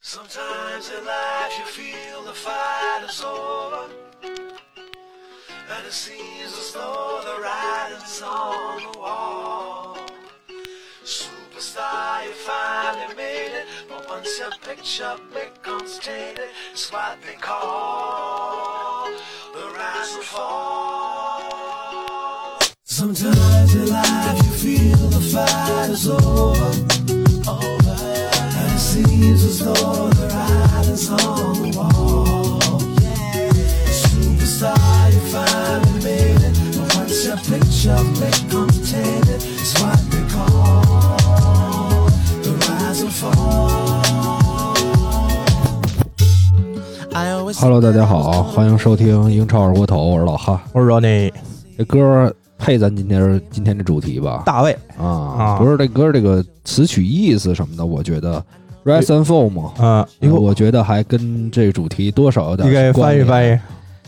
Sometimes in life you feel the fight is over. And it seems as though the writing's on the wall. Superstar, you finally made it. But once your picture becomes tainted, it's what they call the rise and fall. Sometimes in life you feel the fight is over. over. And it seems as though the writing's on the wall. Superstar, you finally made it. But once your picture becomes tainted, it's what they call the rise and fall. Hello，大家好，欢迎收听英超二锅头，我是老哈。我是 Ronny，这歌儿配咱今天今天的主题吧？大卫，啊，啊不是这歌儿这个词曲意思什么的，我觉得 rise and fall 嘛，啊嗯，一会儿我觉得还跟这主题多少有点你给翻译关翻联译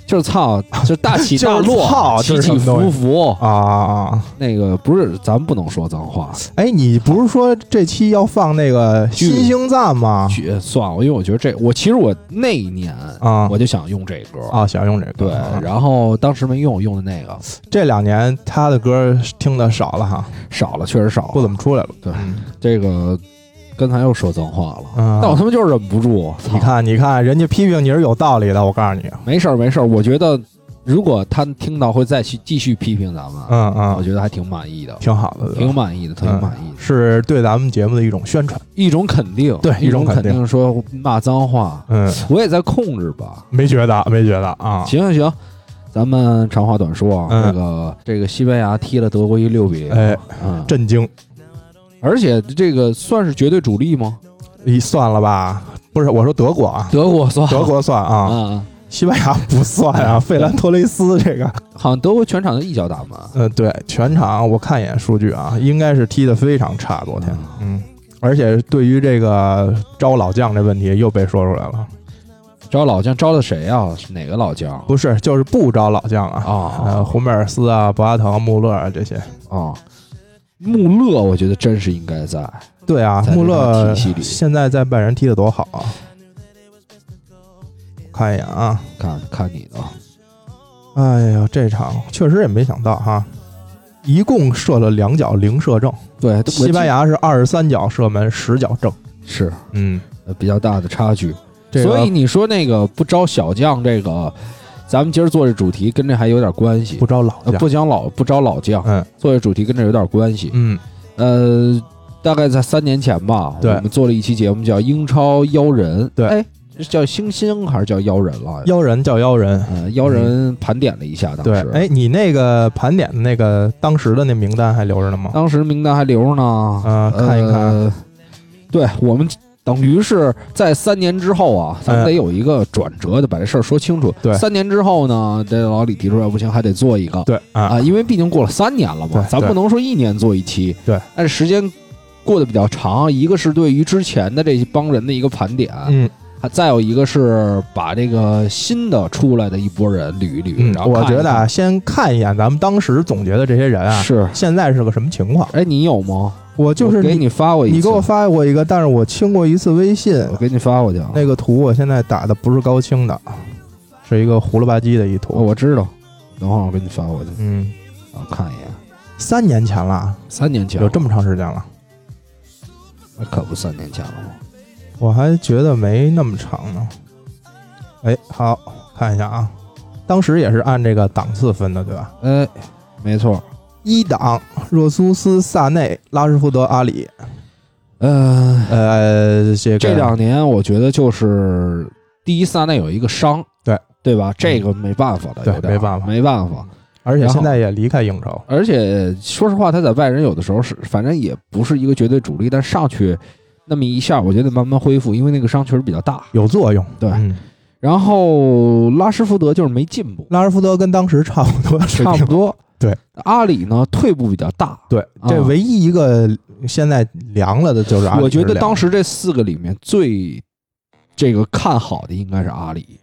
就是 操，就是大起大就是落，操起这是起什么东伏西伏。啊啊啊！那个不是，咱不能说脏话，哎，你不是说这期要放那个《剧新星赞》吗？去算了，因为我觉得这我其实我那一年啊我就想用这歌儿，啊，想用这个。对，啊然后当时没用，用的那个这两年他的歌听的少了哈，少了，确实少了不怎么出来了。对嗯这个刚才又说脏话了，嗯但我他妈就是忍不住。操你，看，你看，人家批评你是有道理的，我告诉你。没事儿没事儿，我觉得如果他听到会再去继续批评咱们，嗯我嗯，觉得还挺满意的，挺好的，对挺吧满意的，特别满意的，是对咱们节目的一种宣传。一种肯定，对一一种肯肯定定说骂脏话，嗯，我也在控制吧。没觉得，没觉得啊。行行行。咱们长话短说啊，嗯这个这个西班牙踢了德国一六比零，哎，嗯，震惊，而且这个算是绝对主力吗？一算了吧，不是我说德国 啊，德国算德国算啊，啊，西班牙不算啊，费兰托雷斯这个，好像德国全场就一脚打门， 呃，对，全场我看一眼数据啊，应该是踢得非常差，昨天，嗯，而且对于这个招老将这问题又被说出来了，招老将招的谁啊？是哪个老将？不是，就是不招老将啊，呃，啊胡梅尔斯啊，博阿滕、穆勒啊这些，啊！穆勒，我觉得真是应该在。对啊在，这穆个勒体系里现在在拜仁踢得多好啊，我看一眼啊，看看你啊的，哎呀，这场确实也没想到哈。一共射了两脚零射正，对，西班牙是二十三脚射门，十脚正。是嗯，呃比较大的差距。这个所以你说那个不招小将，这个咱们今儿做这主题跟这还有点关系。不招老呃将，不讲老不招老将，嗯做这主题跟这有点关系。嗯呃，大概在三年前吧，对我们做了一期节目叫《英超妖人》。对哎，是叫星星还是叫妖人了？妖人叫妖人，呃，妖人盘点了一下，当对时，，哎，你那个盘点的那个当时的那名单还留着呢吗？当时名单还留着呢。啊，看一看，呃，对我们等于是在三年之后啊，咱们得有一个转折的，把这事儿说清楚。哎对三年之后呢，这老李提出来不行，还得做一个对啊啊，，因为毕竟过了三年了嘛对，咱对不能说一年做一期。对，但是时间过得比较长，一个是对于之前的这帮人的一个盘点，嗯还再有一个是把这个新的出来的一波人捋一捋。嗯然，后我看一觉得看啊，先看一眼咱们当时总结的这些人啊，是，现在是个什么情况？哎，你有吗？我就是我给你，你发过一次，你给我发过一个，但是我清过一次微信，我给你发过去啊。那个图我现在打的不是高清的，是一个糊了吧唧的一哦图。我知道，等会儿我给你发过去，嗯，我看一眼。三年前了，三年前有这么长时间了，那可不三年前了吗？我还觉得没那么长呢。哎，好看一下啊，当时也是按这个档次分的，对吧？哎，没错，一档热苏斯、萨内、拉什福德、阿里，呃，呃，这个这两年我觉得就是第一萨内有一个伤，对嗯对吧？这个没办法了，对有点儿没办法没办法。而且然后现在也离开英超，而且说实话，他在外人有的时候是，反正也不是一个绝对主力，但上去那么一下，我觉得慢慢恢复，因为那个伤确实比较大。有作用。对嗯然后拉什福德就是没进步，拉什福德跟当时差不多，差不。多。对，阿里呢退步比较大，对，这啊唯一一个现在凉了的就是阿里。我觉得当时，时这四个里面最这个看好的应该是阿里、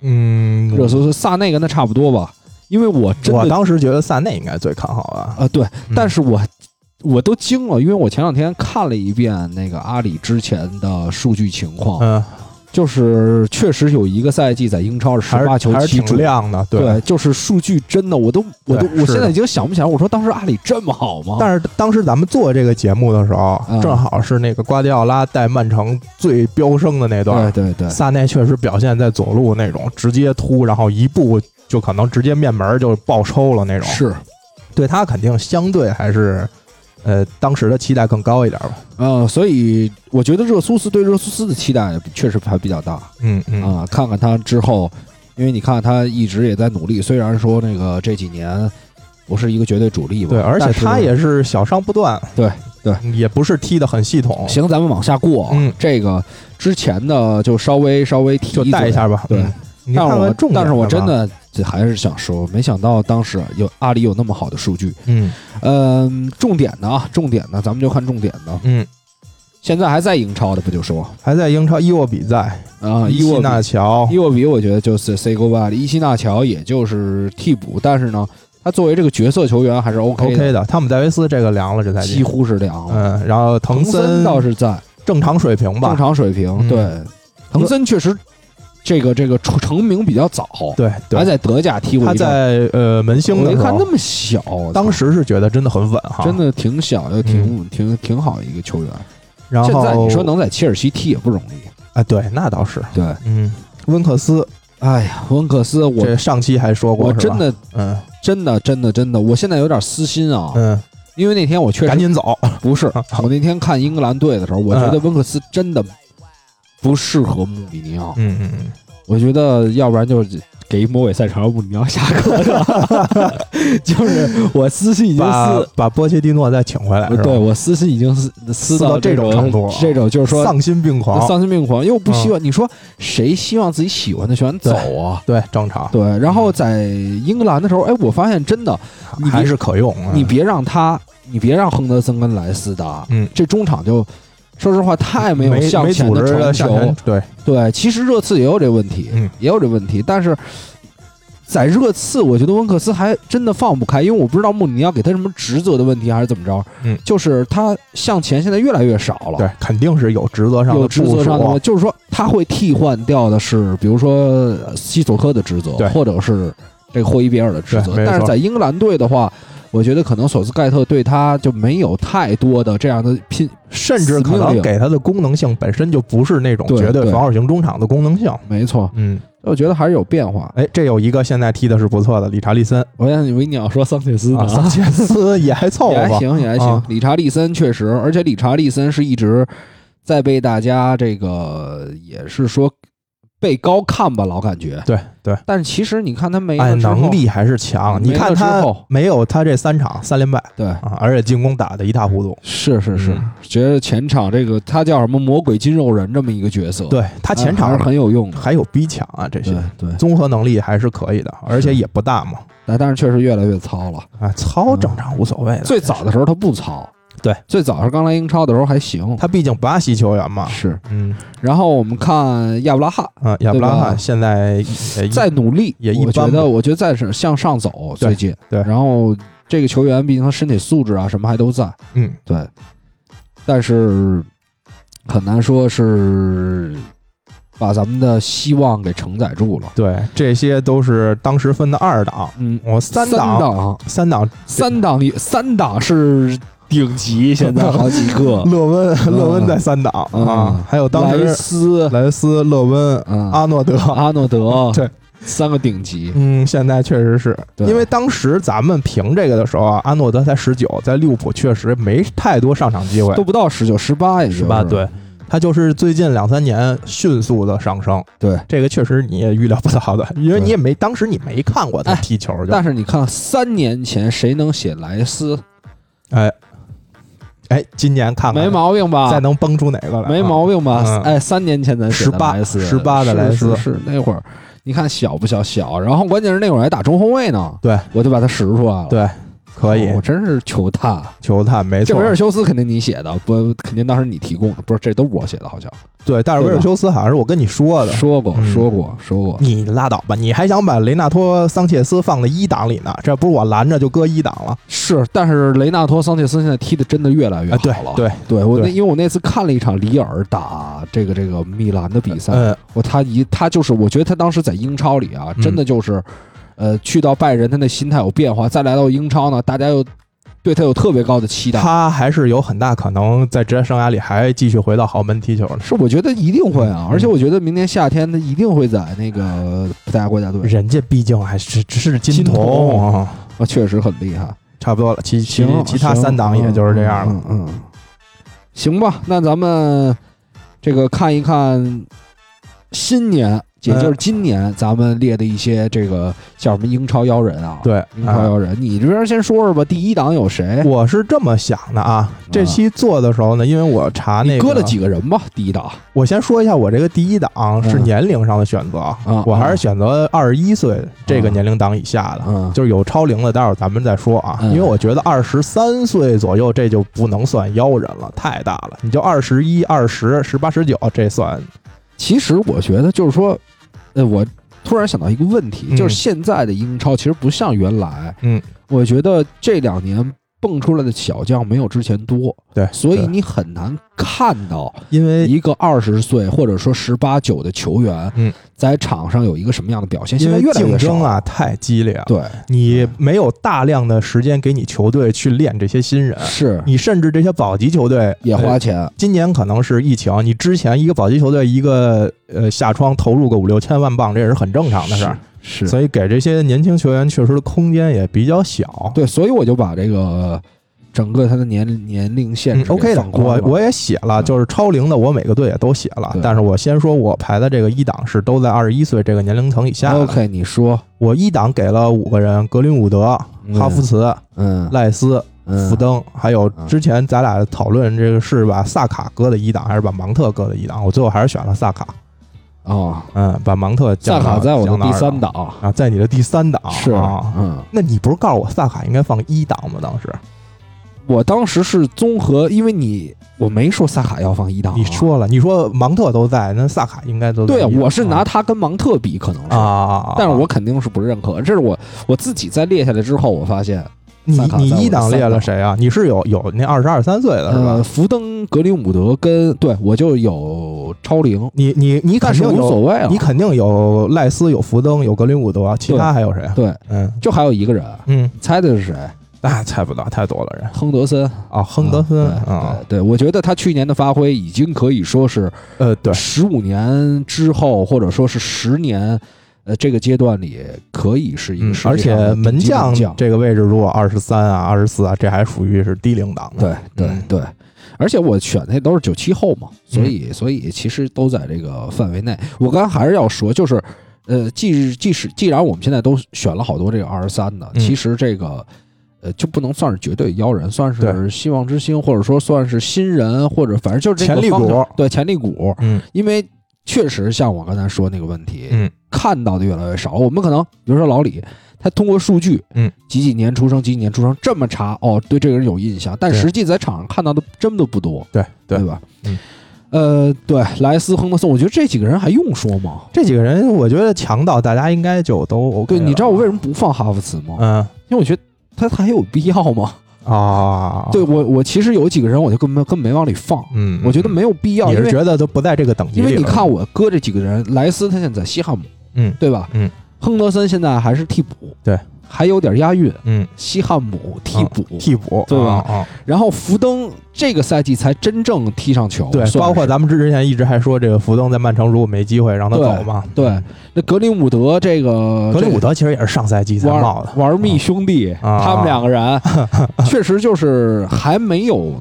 嗯，热苏斯、萨内跟他差不多吧，因为我真我的啊、呃当时觉得萨内应该最看好啊。对，嗯但是我我都惊了，因为我前两天看了一遍那个阿里之前的数据情况，嗯，就是确实有一个赛季在英超是还十是八球还是七挺中，亮的，对。对，就是数据真的，我都我都对我是现在的已经想不起来，我说当时阿里这么好吗？但是当时咱们做这个节目的时候，哦嗯正好是那个瓜迪奥拉带曼城最飙升的那段对，对对，萨内确实表现在左路那种直接突，然后一步就可能直接面门就爆抽了那种，是对他肯定相对还是，呃，当时的期待更高一点吧。呃，所以我觉得热苏斯对热苏斯的期待确实还比较大啊、嗯嗯看看他之后，因为你看他一直也在努力，虽然说那个这几年不是一个绝对主力吧，对，而且但是他也是小伤不断，对对，也不是踢得很系统，行，咱们往下过啊，嗯这个之前的就稍微稍微提就嘴带一下吧。对嗯，你但看是我看重点但是我吧真，的这还是想说，没想到当时有阿里有那么好的数据。嗯嗯，重点的啊，重点的，咱们就看重点的。嗯，现在还在英超的不就说还在英超伊沃比在，啊，伊伊西沃比纳乔伊，沃比，我觉得就是 say goodbye 了。伊西纳乔也就是替补，但是呢，他作为这个角色球员还是 OK 的 OK 的，汤姆戴维斯这个凉了这赛几季，乎是凉了。嗯，然后滕滕森森倒是在正常水平正吧，常水平，嗯对，滕森确实这个这个出成名比较早，对还对，在德甲踢过他一段。在呃门兴我的一时看那候，么小，当时是觉得真的很稳哈，真。的挺小的，挺、挺挺好的一个球员。然后现在你说能在切尔西踢也不容易，啊，对，那倒是，对。嗯，温克斯哎呀，温克斯，我这上期还说过，我是吧真，的啊嗯真的真的真的，我现在有点私心啊，嗯，因为那天我确实赶紧走，不是， 我那天看英格兰队的时候，我觉哎得温克斯真的不适合穆里尼奥，嗯嗯嗯，我觉得要不然就是给魔鬼赛程让穆里尼奥下课 了，就是我私信已经把私。把波切蒂诺再请回来，是吧对，我私信已经私私撕到这这种程度这种就是说丧心病狂，嗯丧心病狂，又不希望、你说谁希望自己喜欢的球员走啊？对，正常，对，然后在英格兰的时候，哎，我发现真的，你别还是可用，嗯你别让他，你别让亨德森跟莱斯达，嗯这中场就说实话太没有没向没前组的织传的向前球。，对，对，其实热刺也有这问题，嗯也有这问题，但是。在热刺，我觉得温克斯还真的放不开，因为我不知道穆里尼奥给他什么职责的问题，还是怎么着。嗯就是他向前现在越来越少了。对，肯定是有职责上有的职部责上的，署，啊就是说他会替换掉的是，比如说呃西索科的职责对，或者是这个霍伊别尔的职责对。没错但是在英格兰队的话，我觉得可能索斯盖特对他就没有太多的这样的拼，甚至可能给他的功能性本身就不是那种对绝对对防守型中场的功能性，没错，嗯，我觉得还是有变化。哎，这有一个现在踢的是不错的理查利森我想以为你要说桑切斯呢啊，，桑切 斯也还凑也合还吧，行，也还行啊。理查利森确实，而且理查利森是一直在被大家这个也是说被高看吧，老感觉。对对。但是其实你看他没哎，了之后能力还是强。没你看了之他后没有他这三场三连败对。啊，而且进攻打得一塌糊涂。是是是嗯，觉得前场这个他叫什么魔鬼金肉人这么一个角色，对他他前还场是很有用的，还有逼抢啊，这对些对，综合能力还是可以的，而且也不大嘛。但但是确实越来越糙了。啊，糙正常无所谓的。最早的时候他不糙，对，最早是刚来英超的时候还行，啊他毕竟巴西球员嘛，是。嗯然后我们看亚布拉罕啊，亚布拉对吧罕现在也在努力，也一我觉般吧得我觉得在是向上走对最近，对然后这个球员毕竟他身体素质啊什么还都在，嗯对，但是很难说是把咱们的希望给承载住了。对这些都是当时分的二档，嗯，我三档，啊档三档三档也，三档是顶级，现在好几 个，勒温嗯勒温在三档啊嗯，还有当莱时斯、莱斯勒温嗯阿诺德阿诺德，对，三个顶级，嗯，现在确实是对因为当时咱们评这个的时候啊，阿诺德才十九，在利物浦确实没太多上场机会都，不到十九、十八，也就是18对，他就是最近两三年迅速的上升。对，这个确实你也预料不到的，因为对你也没当时你没看过他哎踢球就，但是你看，三年前谁能写莱斯？哎哎，今年看看没毛病再吧？能蹦出哪个来？没毛病吧嗯？哎，三年前咱写的18莱斯， 18的莱斯是是是那会儿，你看小不小？小，然后关键是那会儿还打中后卫呢，对，我就把他拾出来了。哦对，可以我真是求他。球探没这错维，尔修斯肯定你写的，不肯定当时你提供的，不是这都我写的，好像对，但是维尔修斯好像是我跟你说的，说过嗯说过说过，你拉倒吧，你还想把雷纳托桑切斯放在一档里呢？这不是我拦着就搁一档了是，但是雷纳托桑切斯现在踢的真的越来越啊？对好了。对，对我那对因为我那次看了一场里尔打这个这个米兰的比赛，嗯，我他一他就是我觉得他当时在英超里啊，嗯真的就是，呃，去到拜仁他那心态有变化，再来到英超呢，大家又对他有特别高的期待。他还是有很大可能在职业生涯里还继续回到豪门踢球呢。是，我觉得一定会啊，嗯而且我觉得明年夏天他一定会在那个葡萄牙国家队，人家毕竟还是只是金金童童，啊，确实很厉害。差不多了。其其行，其他行三档也就是这样嗯了。嗯嗯行吧，那咱们这个看一看新年，也哎就是今年咱们列的一些这个叫什么英超妖人啊？，对，英超啊妖人，你这边先说说吧，第一档有谁？我是这么想的啊。这期做的时候呢，因为我查嗯那你个，搁了几个人吧？第一档我先说一下，我这个第一档是嗯年龄上的选择，啊嗯我还是选择二十一岁这啊个年龄档以下的。啊嗯就是有超龄的，待会儿咱们再说啊，嗯因为我觉得二十三岁左右这就不能算妖人了，太大了。你就二十一、二十、十八、十九，这算其实我觉得就是说，呃，我突然想到一个问题，嗯就是现在的英超其实不像原来，嗯，我觉得这两年蹦出来的小将没有之前多，对。所以对哎你很难看到因为一个二十岁或者说十八九的球员，嗯，在场上有一个什么样的表现，现因在为越来竞越少争。啊太激烈了，对，你没有大量的时间给你球队去练这些新人，是你甚至这些保级球队也呃花钱，今年可能是疫情，你之前一个保级球队一个呃下窗投入个五六千万镑，这也是很正常的事儿。是所以给这些年轻球员确实的空间也比较小。对，所以我就把这个整个他的年年龄限嗯制，OK 给的放，宽我了我也写了，嗯就是超龄的，我每个队也都写了对。但是我先说，我排的这个一档是都在二十一岁这个年龄层以下的。 OK，你说，我一档给了五个人：格林伍德、嗯哈弗茨、嗯赖斯、嗯，福登，还有嗯之前咱俩讨论这个是把萨卡搁的一档，还是把芒特搁的一档？我最后还是选了萨卡。啊，嗯，把芒特萨降到卡在我的降到第二三档啊，在你的第三档是，啊。嗯，那你不是告诉我萨卡应该放一档吗？当时我当时是综合，因为你我没说萨卡要放一档啊，你说了，你说芒特都在，那萨卡应该都在对啊一档我是拿啊他跟芒特比，可能是啊，啊啊但是我肯定是不认可。这是我我自己在列下来之后，我发现，你萨卡你在我一的档三列了档谁啊？你是有有那二十二三岁的是呃，吧？福登、格林伍德跟对我就有超龄，你你你肯但是定无有，所谓啊你。肯定有赖斯、有福登、有格林伍德，其他还有谁啊？对，嗯就还有一个人，嗯，你猜的是谁？那猜不到，太多了人亨德森，啊，亨德森啊对啊，对对，我觉得他去年的发挥已经可以说是呃，对，十五年之后，或者说是十年，呃，这个阶段里可以是一个嗯世，界而且上的门顶级将门这个位置，如果二十三啊、二十四啊，这还属于是低龄档的。对对嗯对，而且我选的都是九七后嘛，所以所以其实都在这个范围内。我刚才还是要说，就是呃，即即使既然我们现在都选了好多这个二十三的，嗯其实这个。呃，就不能算是绝对妖人，算是对希望之星，或者说算是新人，或者反正就是这个潜力方向股对潜力股，嗯因为确实像我刚才说那个问题，嗯看到的越来越少。我们可能比如说老李，他通过数据，嗯，几几年出生，几几年出生这么查，哦，对这个人有印象，但对实际在场上看到的真的不多，对对对，吧？嗯呃，对，莱斯、亨德森，我觉得这几个人还用说吗？这几个人我觉得强到大家应该就都 OK 对，了。你知道我为什么不放哈弗茨吗？嗯因为我觉得他他还有必要吗？ 啊，对，我，我其实有几个人我就根本根本没往里放，嗯，我觉得没有必要，你因是为觉得都不在这个等级因里了。为你看，我搁这几个人，莱斯他现在在西汉姆，嗯对吧？嗯，亨德森现在还是替补，对，还有点押韵，嗯，西汉姆替补，替补对吧？啊啊然后福登这个赛季才真正踢上球，对算，是包括咱们之前一直还说这个福登在曼城如果没机会让他对走嘛，对那格林伍德这个格林伍德其实也是上赛季这才个冒玩的。玩密兄弟，啊他们两个 人确实就是还没有。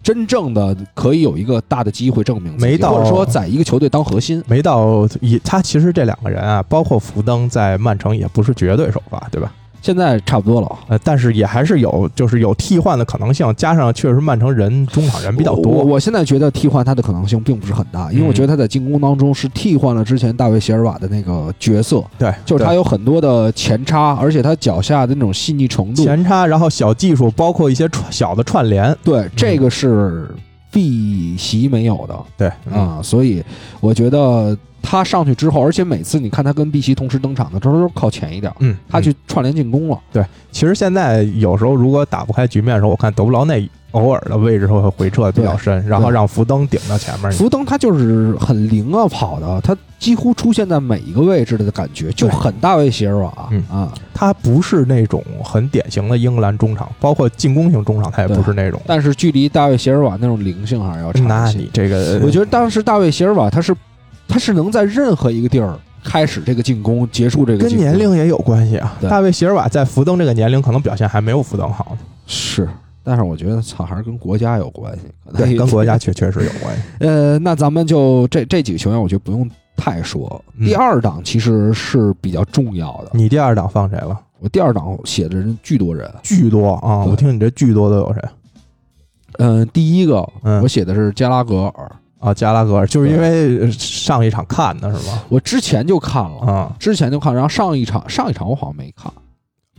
真正的可以有一个大的机会证明自己，没到或者说在一个球队当核心，没到也，他其实这两个人啊，包括福登在曼城也不是绝对首发，对吧？现在差不多了。呃，但是也还是有，就是有替换的可能性，加上确实曼城人中场人比较我多，嗯我现在觉得替换他的可能性并不是很大，因为我觉得他在进攻当中是替换了之前大卫席尔瓦的那个角色，对，就是他对有很多的前插，而且他脚下的那种细腻程度，前插，然后小技术，包括一些串小的串联，对，这个是碧玺没有的对，嗯啊、所以我觉得他上去之后，而且每次你看他跟碧玺同时登场的时候，都是靠前一点儿，嗯，他嗯去串联进攻了。其实现在有时候如果打不开局面的时候，我看德布劳内偶尔的位置会回撤比较深，然后让福登顶到前面。福登他就是很灵啊，跑的，他几乎出现在每一个位置的感觉，就很大卫席尔瓦、嗯啊。他不是那种很典型的英格兰中场，包括进攻型中场，他也不是那种。但是距离大卫席尔瓦那种灵性还是要差那一些你。这个， 我觉得当时大卫席尔瓦他是他是能在任何一个地儿开始这个进攻，结束这个跟进攻年龄也有关系啊。对大卫席尔瓦在福登这个年龄，可能表现还没有福登好，是，但是我觉得操还是跟国家有关系，可能对，也跟国家确确实有关系。 呃，那咱们就这这几个球员，我觉得不用太说。嗯第二档其实是比较重要的， 你第二档放谁了？我第二档写的人巨多人。巨多啊！对我听你这巨多都有谁嗯、第一个、嗯我写的是加拉格尔，啊？加拉格尔，就是因为上一场看的是吗？我之前就看了。啊，之前就看，然后上一场上一场我好像没看，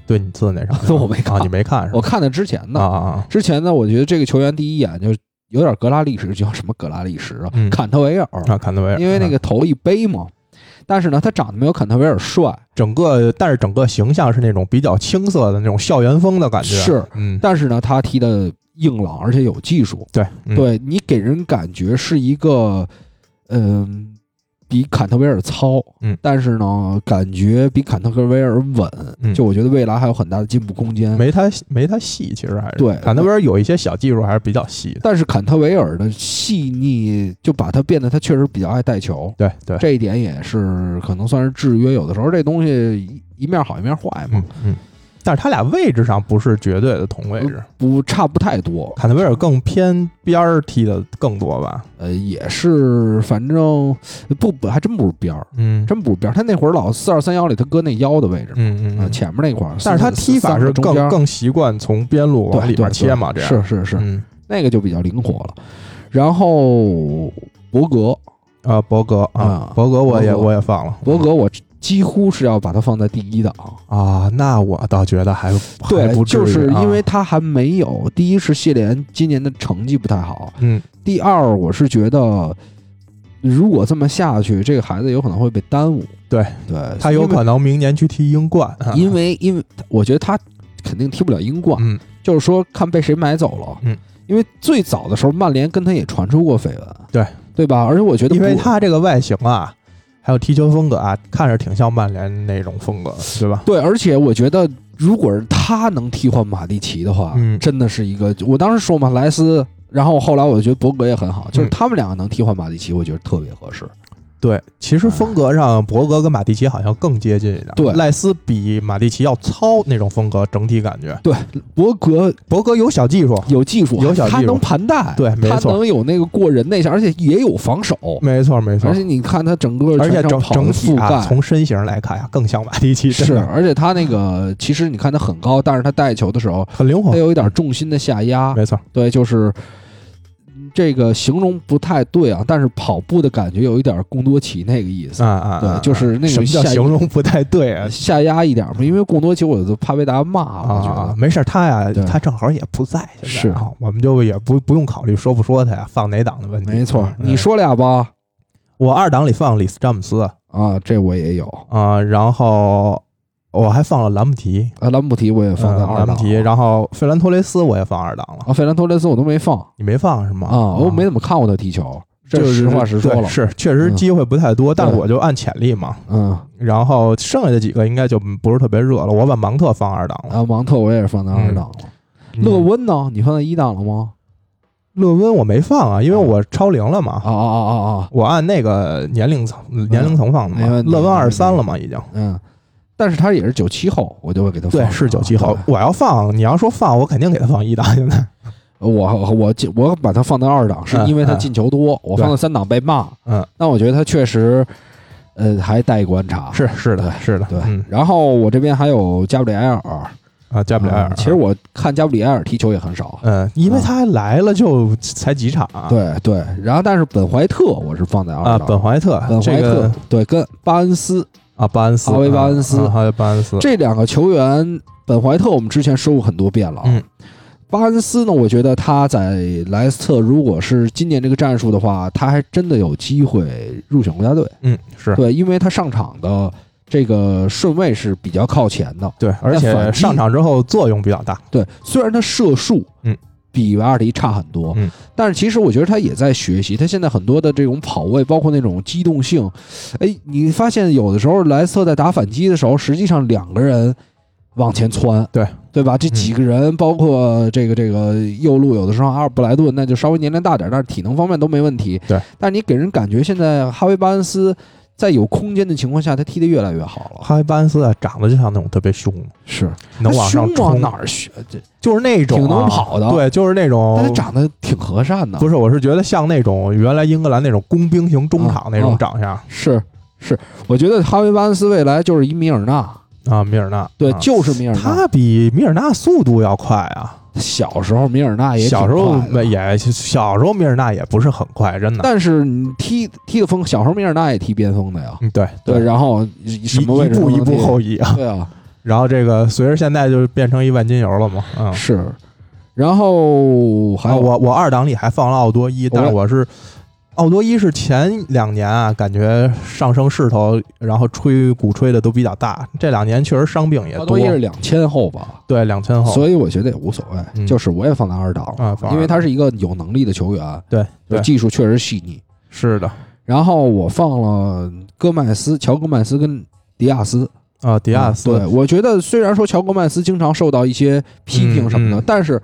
对你自那 场我没看啊你没看是我吧？看的之前啊的。啊啊！之前呢，我觉得这个球员第一眼就有点格拉利什，叫什么格拉利什啊，嗯坎特维尔，啊，坎特维尔，因为那个头一背嘛。但是呢，他长得没有坎特维尔帅，整个，但是整个形象是那种比较青涩的那种校园风的感觉。是，嗯，但是呢，他踢的硬朗，而且有技术。对，嗯，对你给人感觉是一个，嗯、比坎特维尔糙，嗯但是呢，感觉比坎特维尔稳。嗯就我觉得未来还有很大的进步空间。没他没他细，其实还是对坎特维尔有一些小技术还是比较细的。但是坎特维尔的细腻，就把他变得他确实比较爱带球，对对，这一点也是可能算是制约。有的时候这东西一一面好一面坏嘛嗯，嗯，但是他俩位置上不是绝对的同位置，不差不太多。坎特维尔更偏边儿踢的更多吧？呃，也是，反正不不还真不是边儿，嗯真不是边儿。他那会儿老四二三幺里，他搁那腰的位置。嗯啊，嗯，前面那块儿，但是他四踢法四是四中间更更习惯从边路往对里边对切嘛，这对样是是是，嗯那个就比较灵活了。然后博格，啊，博格啊啊，博格我也博格我也放了博格我几乎是要把它放在第一档，啊，那我倒觉得还还不至就于啊是因为他还没有，第一是谢联今年的成绩不太好，嗯第二我是觉得。如果这么下去，这个孩子有可能会被耽误。对对，他有可能明年去踢英冠，啊因为，因为因为我觉得他肯定踢不了英冠，嗯就是说看被谁买走了。嗯，因为最早的时候，曼联跟他也传出过绯闻，对对吧？而且我觉得不，因为他这个外形啊，还有踢球风格啊，看着挺像曼联那种风格，对吧？对，而且我觉得，如果是他能替换马蒂奇的话，嗯真的是一个。我当时说嘛，莱斯，然后后来我觉得博格也很好，嗯就是他们两个能替换马蒂奇，我觉得特别合适。对，其实风格上，博格跟马蒂奇好像更接近一点。对赖斯比马蒂奇要糙那种风格，整体感觉。博格博格有小技术，有技术，有小技术他能盘带，对没他错能有那个过人那下，而且也有防守。没错没错而且。你看他整个而且全场整跑的整体覆啊，盖，从身形来看呀、更像马蒂奇，真是，的而且他那嗯个其实你看他很高，但是他带球的时候，很灵活他。有一点重心的下压，哦没错，对，就是嗯这个形容不太对啊，但是跑步的感觉有一点贡多奇那个意思，啊啊，啊对就是那种什么叫下形容不太对啊？下压一点嘛，因为贡多奇我就怕被大家骂，我觉啊得，。没事儿，他呀对，他正好也不在，现在是啊，我们就也不不用考虑说不说他呀，放哪档的问题。没错，嗯你说俩吧，我二档里放里斯詹姆斯啊、啊啊，这我也有，然后我还放了兰姆提，啊，兰姆提我也放在呃二兰姆档，提，然后费兰托雷斯我也放二档了，啊，费兰托雷斯我都没放你没放是吗？啊，我没怎么看过他踢球，这就是实话实说对了，是确实嗯机会不太多，但是对我就按潜力嘛。嗯，然后剩下的几个应该就不是特别热了，我把芒特放二档了。啊，芒特我也是放在二档了，勒嗯温呢？你放在一档了吗？勒温我没放啊，因为我超龄了嘛啊，啊啊啊啊，我按那个年龄层年龄层放的嗯嘛没。问题勒温二十三了嘛，已经。嗯，但是他也是九七后，我就会给他放对，上是九七后对。我要放，你要说放，我肯定给他放一档。现在，我我进我把他放在二档，是嗯因为他进球多，我放在三档被骂。嗯，那我觉得他确实，呃，还待观察。是是的， 是的，对嗯然后我这边还有加布里埃尔，啊，加布里埃尔啊，其实我看加布里埃尔踢球也很少。嗯，因为他来了就才几场啊，对对，然后但是本怀特我是放在二啊，档本怀特，本怀这特个对跟巴恩斯啊，巴恩斯，阿维巴恩啊斯啊还有巴恩斯，这两个球员，本怀特我们之前说过很多遍了。啊嗯，巴恩斯呢，我觉得他在莱斯特如果是今年这个战术的话，他还真的有机会入选国家队。嗯是。对，因为他上场的这个顺位是比较靠前的。对，而且反击上场之后作用比较大。对，虽然他射术嗯比瓦尔迪差很多，嗯但是其实我觉得他也在学习。他现在很多的这种跑位，包括那种机动性，哎，你发现有的时候莱斯特在打反击的时候，实际上两个人往前窜，对嗯对吧？这几个人，包括这个这个右路，有的时候阿尔布莱顿那就稍微年龄大点儿，但是体能方面都没问题。对，但你给人感觉现在哈维巴恩斯。在有空间的情况下，他踢得越来越好了。哈维巴恩斯啊，长得就像那种特别凶，是，能往上他胸冲往哪，儿学？这就是那种啊啊挺能跑的对，就是那但他种。长得挺和善的。不是，我是觉得像那种原来英格兰那种工兵型中场那啊啊种长相是是，我觉得哈维·巴恩斯未来就是一米尔纳，啊，米尔纳。对，啊就是米尔纳。他比米尔纳速度要快啊。小时候米尔啊纳也挺小时候快的也小时候米尔纳也不是很快，真的。但是你踢踢个锋，小时候米尔纳也踢边锋的呀。嗯，对对，，然后什一么位一置都步一能步踢后移啊。对啊，然后这个随着现在就变成一万金油了嘛，嗯，是。然后还啊有我我二档里还放了奥多伊，但是我是奥多伊是前两年啊，感觉上升势头，然后吹鼓吹的都比较大，这两年确实伤病也奥多多，伊是两千后吧，对两千后，所以我觉得也无所谓，嗯就是我也放在二档啊放，因为二他是一个有能力的球员，对就对技术确实细腻。是的然后我放了戈麦斯、乔戈麦斯跟迪亚斯，啊，迪亚斯、嗯对，我觉得虽然说乔戈麦斯经常受到一些批评什么的，嗯嗯但是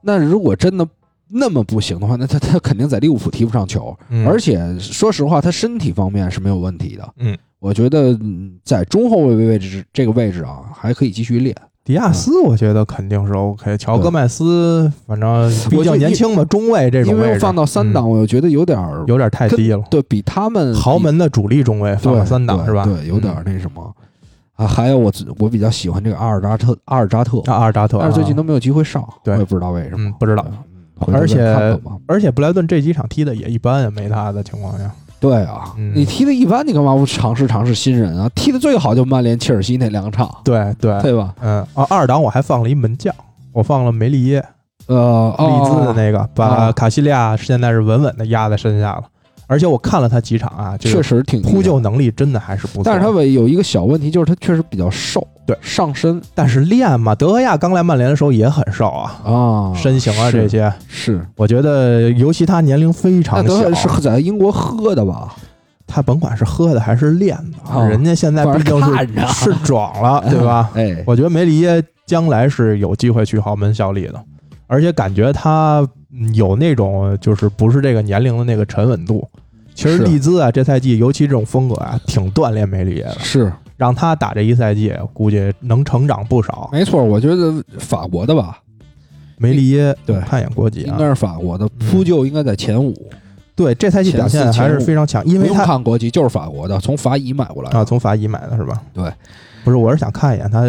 那如果真的那么不行的话，那他他肯定在利物浦踢不上球。嗯而且说实话，他身体方面是没有问题的。嗯，我觉得嗯在中后卫位置这个位置啊，还可以继续练。迪亚斯我觉得肯定是 OK，乔戈麦斯反正我比就较年轻嘛，中卫这种因位为置我放到三档，嗯我又觉得有点儿有点太低了，对比他们豪门的主力中卫放对到三档对是吧？对，有点儿嗯那什么。啊，还有我自我比较喜欢这个阿尔扎特，阿尔扎特，啊，阿尔扎特，但是最近啊都没有机会上，对我也不知道为什么嗯，不知道对。回头而再且看看吧而且布莱顿这几场踢的也一般，啊没他的情况下，对啊，嗯你踢的一般，你干嘛不尝试尝试新人啊？踢的最好就曼联、切尔西那两场，对对，对吧？嗯啊，二档我还放了一门将，我放了梅利耶，呃，利哦兹的那个，把啊卡西利亚现在是稳稳的压在身下了。而且我看了他几场啊，就确是实挺厉害扑救，能力真的还是不错。但是他唯有一个小问题，就是他确实比较瘦，对上身但是练嘛，德赫亚刚来曼联的时候也很瘦啊，啊，身形啊是这些，是。我觉得尤其他年龄非那常德赫小，啊是在英国喝的吧？他甭管是喝的还是练的，啊人家现在反毕正竟看着是是壮 了，对吧？哎，我觉得梅里耶将来是有机会去豪门效力的，而且感觉他嗯有那种就是不是这个年龄的那个沉稳度。其实是利兹啊，这赛季尤其这种风格啊，挺锻炼梅里耶的。是让他打这一赛季，估计能成长不少。没错，我觉得法国的吧，梅里耶，对看一眼国籍应啊该，是法国的嗯扑救应该在前五，对这赛季表现还是非常嗯强，因不为用他看国籍，就是法国的，从法乙买过来的啊，从法乙买的是吧？对，不是，我是想看一眼他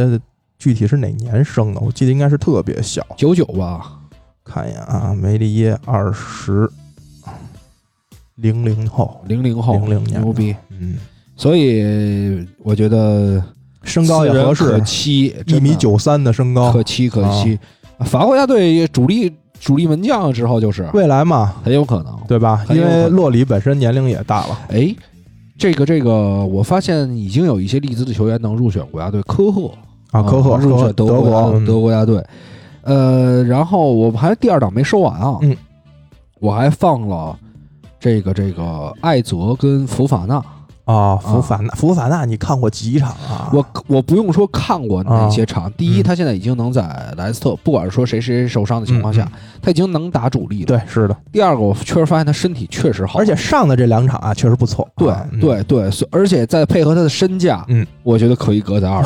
具体是哪年生的，我记得应该是特别小。九九吧，看一眼啊，梅利耶二十，零零后，零零后，零零年的牛逼。嗯，所以我觉得身高也合此人可，适期一米，九三的真身的高啊可，期可期。法国家队主力主力门将之后就是未来嘛，很有可能。对吧？很因有可能为洛里本身年龄也大了，哎，这个这个，我发现已经有一些利兹的球员能入选国家队，科赫啊，科赫，入选科赫德德国啊国，嗯德国家队。呃，然后我们还第二档没说完啊，嗯，我还放了这个这个艾泽跟福法纳。啊，福法纳，福法纳，你看过几场啊？我我不用说看过哪些场，第一，嗯他现在已经能在莱斯特，不管是说谁谁受伤的情况下，他已经能打主力了。嗯对，是的，第二个，我确实发现他身体确实好，而且上的这两场啊，确实不错，对啊，对对，所而且再配合他的身价，嗯，我觉得可以搁在二，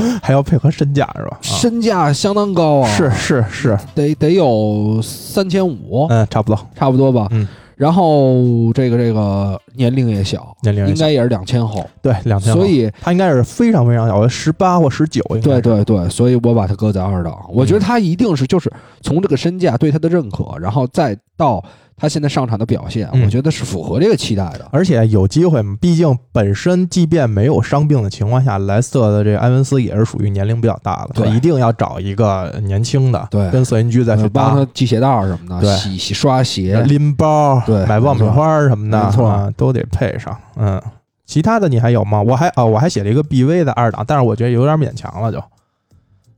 嗯 还要配合身价是吧？啊身价相当高啊，是是是，得得有三千五，嗯，差不多，差不多吧。嗯然后这个这个年龄也小，年龄也应小该也是两千后，对两千，所以他应该是非常非常小，十八或十九，应该对是对对，所以我把他搁在二档。我觉得他一定是就是从这个身价对他的认可，然后再到他现在上场的表现，嗯我觉得是符合这个期待的。而且有机会嘛，毕竟本身即便没有伤病的情况下，莱斯特的这个埃文斯也是属于年龄比较大了，他对一定要找一个年轻的，对跟索恩居再去帮搭他系鞋带儿什么对的，洗洗刷鞋，拎包，对买爆米花什么的，没错啊都得配上，嗯。其他的你还有吗？我还啊、我还写了一个 BV 的二档，但是我觉得有点勉强了就，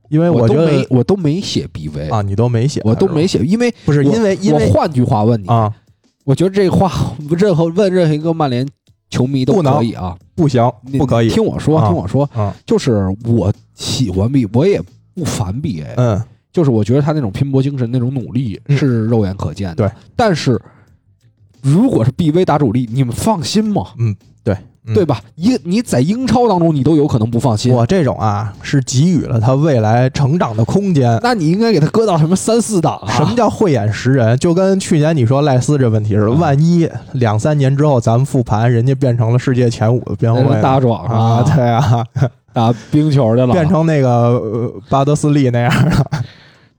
因为我觉都没得我都没写 BV，、啊，你都没写，哎我都是吧没，写，因为不是因为因我为换句话问你，啊，我觉得这话 任何问任何一个曼联球迷都不能可以啊，不行你，不可以，听我说，啊听我说，嗯就是我喜欢 B，我也不烦 BA，、嗯，就是我觉得他那种拼搏精神、那种努力嗯是肉眼可见的。对，但是如果是 BV 打主力，你们放心吗？对嗯对吧？英你在英超当中，你都有可能不放心。我这种啊，是给予了他未来成长的空间。那你应该给他搁到什么三四档啊？什么叫慧眼识人？就跟去年你说赖斯这问题似的，嗯万一两三年之后咱们复盘，人家变成了世界前五的边后那卫是大壮啊，啊，对啊，打冰球去了，变成那个呃巴德斯利那样了。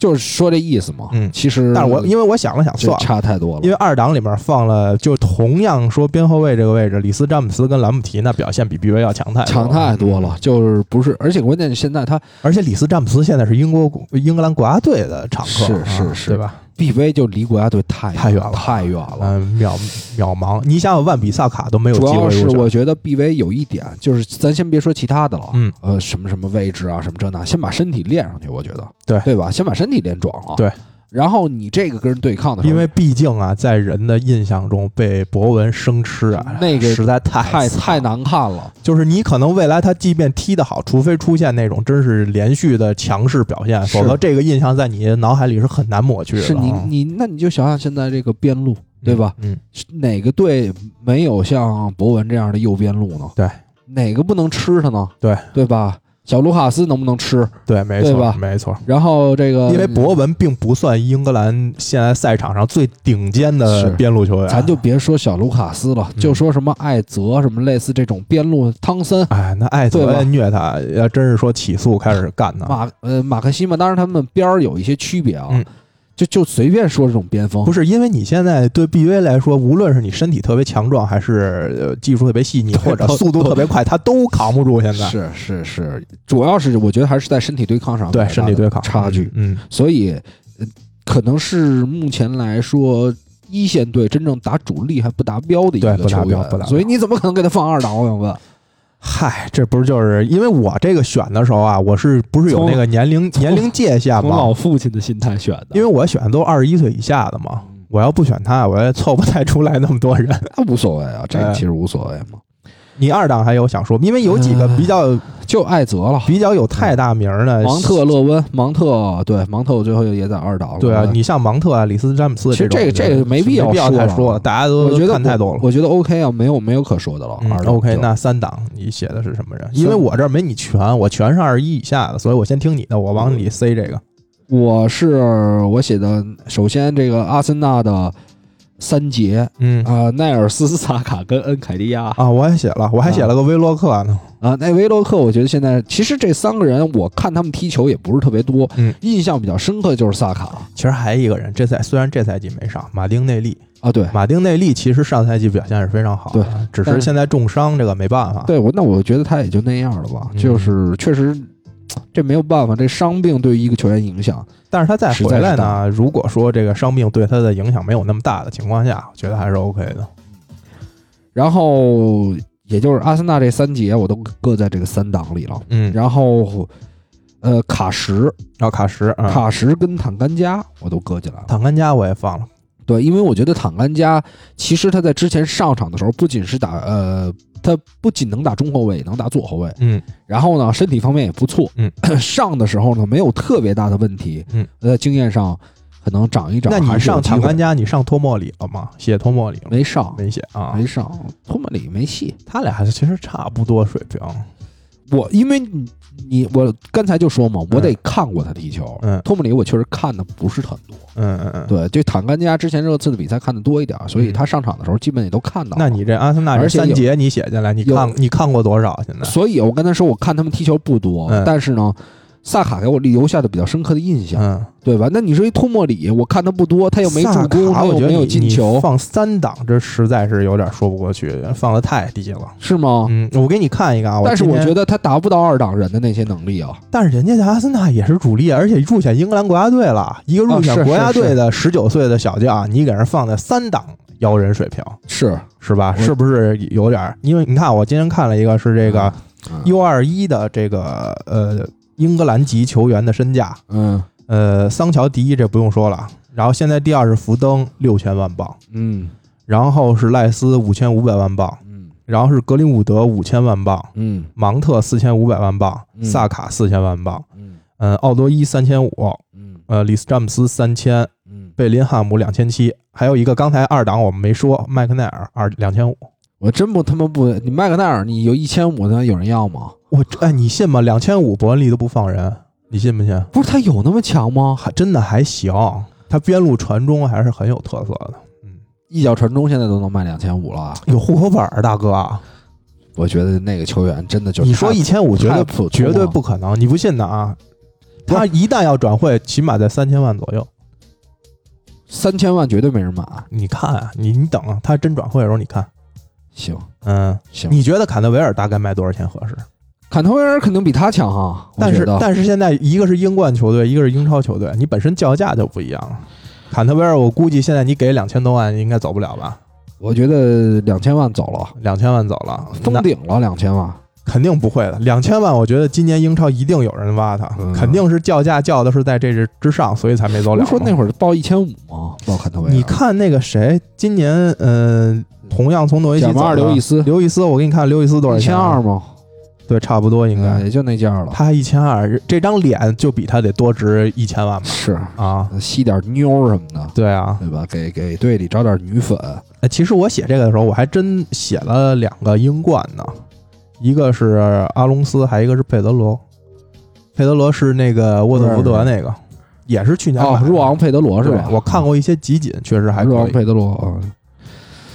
就是说这意思嘛。嗯其实但是我因为我想了想，就算了，差太多了，因为二档里面放了，就同样说边后卫这个位置，里斯詹姆斯跟兰姆提，那表现比 B 维要强太多强太多了。。就是不是，而且关键是现在他嗯而且里斯詹姆斯现在是英国英格兰国家队的常客，是是啊是对吧？ B v 就离国家队太太远了太远了。嗯，渺渺茫。你想想，万比萨卡都没有主机要会是入选。我觉得 B v 有一点，就是咱先别说其他的了，嗯，呃，什么什么位置啊，什么这那，先把身体练上去，我觉得对对吧？先把身体练壮了，对。然后你这个跟人对抗的时候，因为毕竟啊，在人的印象中，被博文生吃啊，那个实在太太太。难看了，就是你可能未来他即便踢得好，除非出现那种真是连续的强势表现，是否则这个印象在你脑海里是很难抹去的啊。是你你那你就想想现在这个边路，对吧？嗯？嗯，哪个队没有像博文这样的右边路呢？对，哪个不能吃他呢？对，对吧？小卢卡斯能不能吃？对，没对错吧，嗯没错。然后这个，因为博文并不算英格兰现在赛场上最顶尖的是边路球员，咱就别说小卢卡斯了，嗯就说什么艾泽什么类似这种边路，汤森、哎，那艾对泽吧虐他，要真是说起诉开始干呢，马呃马克西嘛，当然他们边儿有一些区别啊啊嗯，就就随便说这种边锋不，是因为你现在对 BV 来说，无论是你身体特别强壮，还是呃技术特别细腻，对或者速度特别快，他都扛不住。现在是是是，主要是我觉得还是在身体对抗上对有身体对抗差距，嗯，嗯所以、呃可能是目前来说。一线队真正打主力还不达标的一对个不达球标不达标员，所以你怎么可能给他放二档？我想问，嗨，这不是就是因为我这个选的时候啊，我是不是有从那个年龄从年龄界限嘛？父亲的心态选的因为我选的都二十一岁以下的嘛，我要不选他，我也凑不太出来那么多人。那无所谓啊，这哎个其实无所谓嘛，你二档还有想说，因为有几个哎比较就艾泽了，比较有太大名儿的芒特、勒温、芒特，对，芒特最后也在二档了。对啊，你像芒特啊、里斯詹姆斯其实种这个人，这个没必要没必要说太了说了，大家都我觉得看太多了我。。我觉得 OK 啊，没有没有可说的了。嗯二档 OK，就那三档你写的是什么人？因为我这儿没你全，我全是二十一以下的，所以我先听你的，我往嗯里塞这个。我是我写的，首先这个阿森纳的三杰嗯啊、奈尔斯、 萨卡跟恩凯利亚啊、啊，我也写了，我还写嗯了个威洛克呢。那维洛克，我觉得现在其实这三个人，我看他们踢球也不是特别多，嗯印象比较深刻就是萨卡其实还有一个人，这赛虽然这赛季没上，马丁内利。啊，对。马丁内利其实上赛季表现是非常好的，只但是是现在重伤，这个没办法。对我，那我觉得他也就那样了吧，嗯就是确实，这没有办法，这伤病对于一个球员影响，但是他再实在回是来呢，如果说这个伤病对他的影响没有那么大的情况下，我觉得还是 OK 的。然后也就是阿森纳这三节我都搁在这个三档里了。嗯，然然后，呃，卡什、后卡什啊，卡什跟坦甘加我都搁进来了。坦甘加我也放了。对，因为我觉得坦甘加其实他在之前上场的时候，不仅是打呃，他不仅能打中后卫，也能打左后卫。嗯，然后呢，身体方面也不错。嗯， 上的时候呢，没有特别大的问题。嗯，呃，经验上可能长一长。那还你是有上机坦会甘加，你上托莫里了吗？写托莫里了吗没上？没写啊？没上，托马里没戏。他俩还是其实差不多水平。我因为你你我刚才就说嘛，我得看过他踢球。嗯托姆里我确实看的不是很多，嗯嗯嗯，对，就坦甘加之前热刺的比赛看的多一点，所以他上场的时候基本也都看到了。那你这阿森纳这而且有三节你写进来，你看有你看过多少？现在所以我跟他说，我看他们踢球不多，嗯但是呢，萨卡给我留下的比较深刻的印象，嗯，对吧？那你说一托莫里，我看他不多，啊他又没助萨攻，卡他我又觉得没有你进你球，放三档这实在是有点说不过去，放的太低了。是吗？嗯，我给你看一个啊，啊但是今我天觉，得他达不到二档人的那些能力啊。但是人家的阿森纳也是主力，而且入选英格兰国家队了，一个入啊选是国家是队的十九岁的小将，你给人放在三档摇人水平，是是吧？我是不是有点儿？因为你看，我今天看了一个是这个嗯 U 二一的这个呃英格兰籍球员的身价，嗯呃，桑乔第一这不用说了，然后现在第二是福登六千万镑，嗯然后是赖斯五千五百万镑，嗯然后是格林伍德五千万镑，嗯芒特四千五百万镑，嗯萨卡四千万镑，嗯嗯、奥多伊三千五，嗯呃，里斯詹姆斯三千，嗯，贝林汉姆两千七，还有一个刚才二档我们没说，麦克奈尔二两千五。我真不他妈不，你麦克奈尔，你有一千五的有人要吗？我这哎，你信吗？两千五伯恩利都不放人，你信不信？不是他有那么强吗？还真的还行，他边路传中还是很有特色的。一脚传中现在都能卖两千五了，啊有户口本儿，大哥，我觉得那个球员真啊的就你说太一千五绝太对普通了绝对不可能，你不信的啊？不是他一旦要转会，起码在三千万左右。三千万绝对没人买。你看啊，你你等啊他真转会的时候，你看，行嗯，行，你觉得坎特维尔大概卖多少钱合适？坎特维尔肯定比他强哈，我但觉是得但是现在一个是英冠球队，一个是英超球队，你本身叫价就不一样了。坎特维尔，我估计现在你给两千多万应该走不了吧？我觉得两千万走了，两千万走了，封那顶了两千万。肯定不会的。两千万，我觉得今年英超一定有人挖他，嗯肯定是叫价叫的是在这之之上，所以才没走不了是嘛。说那会儿报一千五吗？报坎特维尔，你看那个谁，今年嗯、呃同样从诺维奇贾走马尔的刘易斯刘易斯，我给你看刘易斯多少一钱、千二啊？吗？对，差不多应该。嗯也就那价了。他一千二，这张脸就比他得多值一千万吧？是啊，吸点妞儿什么的，对啊。对吧？给给队里找点女粉。哎其实我写这个的时候，我还真写了两个英冠呢，一个是阿隆斯，还一个是佩德罗。佩德罗是那个沃特福德那个，也是去年买哦，的入昂佩德罗是对吧？我看过一些集锦，确实还入昂可以。佩德罗啊。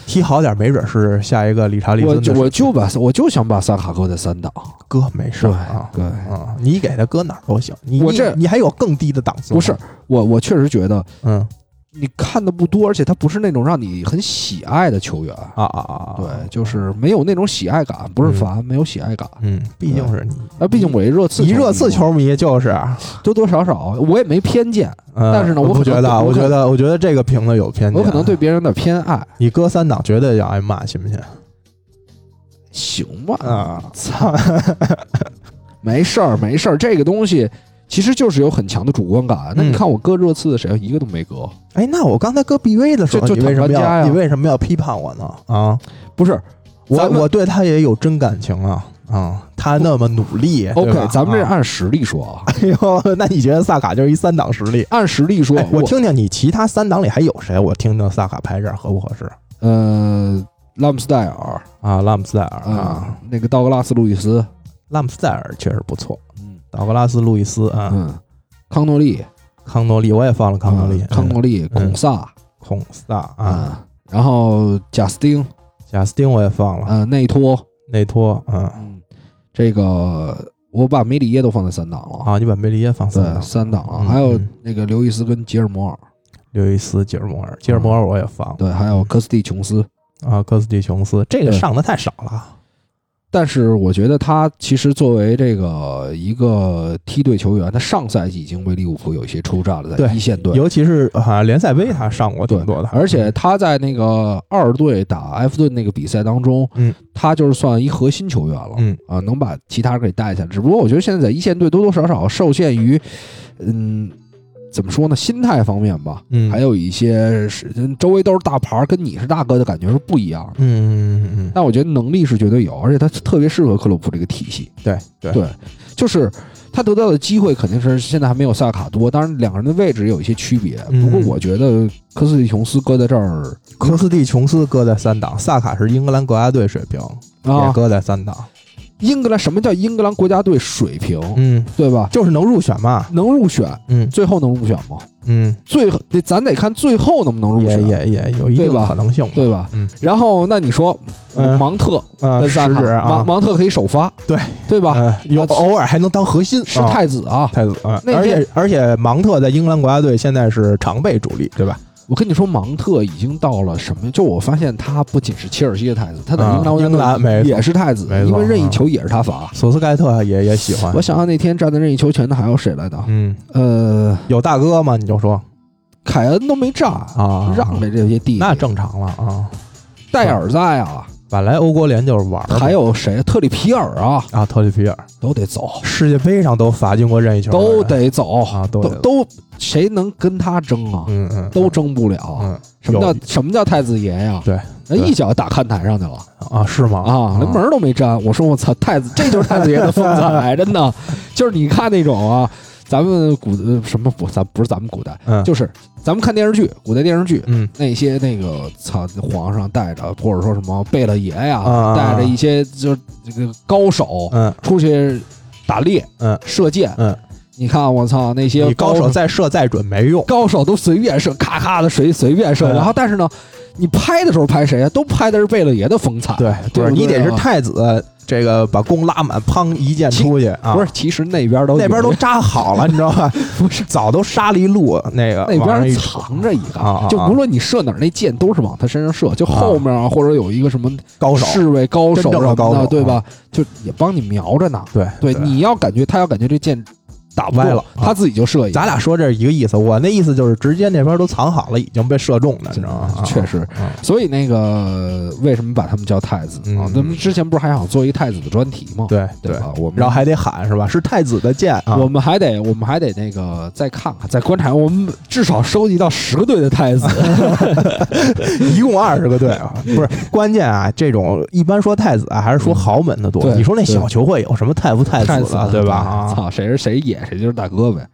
踢好点，没准是下一个理查利我森的就水平。我就把我就想把萨卡搁在三档，哥没事儿啊，对，啊，你给他搁哪儿都行。你我你这你还有更低的档次？不是，我我确实觉得嗯你看的不多，而且他不是那种让你很喜爱的球员，啊啊啊，对，就是没有那种喜爱感，不是烦，没有喜爱感。嗯，毕竟是你，那毕竟我一热刺，一热刺，球迷就是，啊多多少少我也没偏见，嗯但是呢我我不可觉能得啊，我我可觉得我觉得这个评论有偏见，我啊可能对别人有点偏爱，你搁三档绝对要挨骂，信不信？行吧？啊，操， 没事儿，没事儿，这个东西其实就是有很强的主观感。那你嗯看我搁热刺的谁一个都没搁，哎，那我刚才搁 BV 的时候，就你就为什么坦白加呀要你为什么要批判我呢？啊，不是我咱们我对他也有真感情啊啊，他那么努力对吧？OK，咱们这啊 按实力说啊，哎呦，那你觉得萨卡就是一三档实力？按实力说哎，我听听你其他三档里还有谁？我听听萨卡排这儿合不合适呃，拉姆斯戴尔啊？拉姆斯戴尔啊啊，，那个道格拉斯路易斯，拉姆斯戴尔确实不错。嗯道格拉斯·路易斯啊，嗯，康诺利，康诺利我也放了康诺利，嗯康嗯诺利，孔萨孔萨啊，啊，然后贾斯汀，贾斯汀我也放了，呃，内托，内托啊嗯，这个我把梅里耶都放在三档了，啊，你把梅利耶放三对，档，三档了，嗯还有嗯那个刘易斯跟吉尔摩尔，刘易斯、吉尔摩尔，吉尔摩尔我也放了，对，还有科斯蒂琼斯。啊，科斯蒂琼斯，这个对上的太少了，但是我觉得他其实作为这个一个梯队球员，他上赛季已经为利物浦有一些出战了，在对一线队。尤其是好像联赛杯他上过挺多的，而且他在那个二队打埃弗顿那个比赛当中，嗯，他就是算一核心球员了，嗯啊，能把其他人给带下来。只不过我觉得现在在一线队多多少少受限于，嗯，怎么说呢，心态方面吧，嗯，还有有一些是嗯周围都是大牌儿，跟你是大哥的感觉是不一样的。嗯嗯嗯嗯，但我觉得能力是绝对有，而且他特别适合克洛普这个体系。对对对，就是他得到的机会肯定是现在还没有萨卡多，当然两个人的位置也有一些区别。不过嗯我觉得科斯蒂琼斯搁在这儿科斯蒂琼斯搁在三档，萨卡是英格兰国家队水平，也啊，搁在三档，英格兰什么叫英格兰国家队水平，嗯，对吧？就是能入选嘛，能入选，嗯最后能入选吗？嗯，最得咱得看最后能不能入也选，也也有一定对吧可能性嘛，对吧？嗯然后那你说嗯芒特啊，跟食萨卡，指芒啊，芒特可以首发，对对吧？嗯有他偶尔还能当核心，是啊太子啊！太子啊，那而天且而且芒特在英格兰国家队现在是常备主力，对吧？我跟你说，芒特已经到了什么？就我发现他不仅是切尔西的太子，他在啊英格兰国家队英格兰没错也是太子没，因错啊为任意球也是他罚。索斯盖特也也喜欢我，想想那天站在任意球前的还有谁来的？嗯，呃，有大哥吗？你就说凯恩都没站，啊，让给这些弟弟。那正常了啊。戴尔在啊，本来欧国联就是玩儿嘛，还有谁？特里皮尔啊，啊，特里皮尔，都得走，世界杯上都罚进过任意球的人，都得走，啊，都都得，都谁能跟他争啊？嗯嗯，都争不了。嗯，什么有叫什么叫太子爷呀？对，人对一脚打看台上去了。啊？是吗？啊，连门儿都没沾。我说我操，太子， 这就是太子爷的风采，真 的，就是你看那种啊，咱们古呃什么不，咱不是咱们古代，嗯，就是咱们看电视剧，古代电视剧。嗯那些那个操皇上带着，或者说什么贝勒爷呀，啊带着一些就是这个高手嗯出去打猎、嗯射箭。嗯，你看我操那些你高手手再射再准没用，高手都随便射，咔咔的随随便射。嗯然后但是呢，你拍的时候拍谁啊？都拍的是贝勒爷的风采。对，对不不是你对得是啊太子，这个把弓拉满，砰一箭出去啊，不是，其实那边都那边有都扎好了，你知 道吧？不是，早都杀了一路那个那往上边一藏着一个，啊啊就无论你射哪儿，那箭都是往他身上射，就后面啊，或者有一个什么高手，侍卫高手真什正的么高的，手啊对吧？就也帮你瞄着呢。对对，你要感觉他要感觉这箭打不歪中了啊他自己就射一个。咱俩说这是一个意思，我那意思就是直接那边都藏好了，已经被射中了，你知道吗？确实啊，所以那个为什么把他们叫太子啊嗯？咱们之前不是还想做一太子的专题吗？对对吧？我们然后还得喊是吧？是太子的剑啊，嗯我们还得，我们还得那个再看看，再观察。我们至少收集到十个队的太子，一共二十个队 啊，不是关键啊，这种一般说太子啊，还是说豪门的嗯多。对你说那小球会有什么太不太 太子子的，对吧？啊，操，谁是谁野，谁就是大哥呗。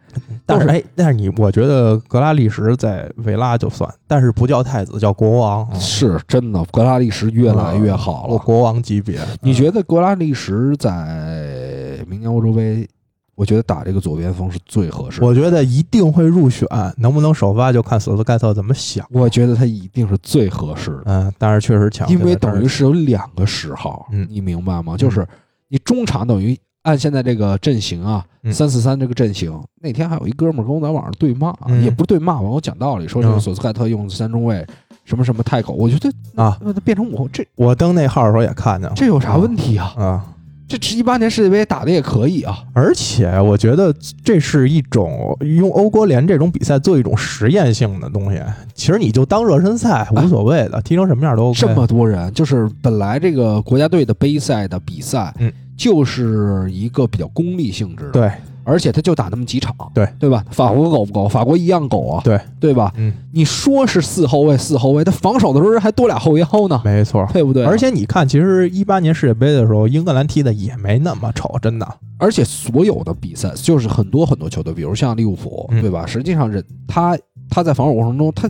但是哎，但是你我觉得格拉利什在维拉就算，但是不叫太子，叫国王，啊是真的，格拉利什越来越好嗯我了。国王级别。啊嗯你觉得格拉利什在明年欧洲杯，我觉得打这个左边锋是最合适的。我觉得一定会入选，能不能首发就看索斯盖特怎么想。我觉得他一定是最合适的，嗯，但是确实强，因为这个等于是有两个十号，嗯你明白吗？就是你中场等于按现在这个阵型啊，嗯三四三这个阵型。那天还有一哥们儿跟我在网上对骂，啊嗯也不是对骂吧，我讲道理说这个索斯盖特用三中卫什么什么太狗，我觉得啊，那那变成我这我登那号的时候也看见了这有啥问题啊？啊。这一八年世界杯打的也可以啊。而且我觉得这是一种用欧国联这种比赛做一种实验性的东西。其实你就当热身赛无所谓的，踢成什么样都 OK。这么多人，就是本来这个国家队的杯赛的比赛，嗯，就是一个比较功利性质的，，对，而且他就打那么几场，对，对吧？法国狗不狗？法国一样狗啊，对，对吧？嗯，你说是四后卫，四后卫，他防守的时候还多俩后腰呢，没错。对不对？啊而且你看，其实一八年世界杯的时候，英格兰踢的也没那么丑，真的。而且所有的比赛，就是很多很多球队，比如像利物浦，嗯对吧？实际上人他他在防守过程中，他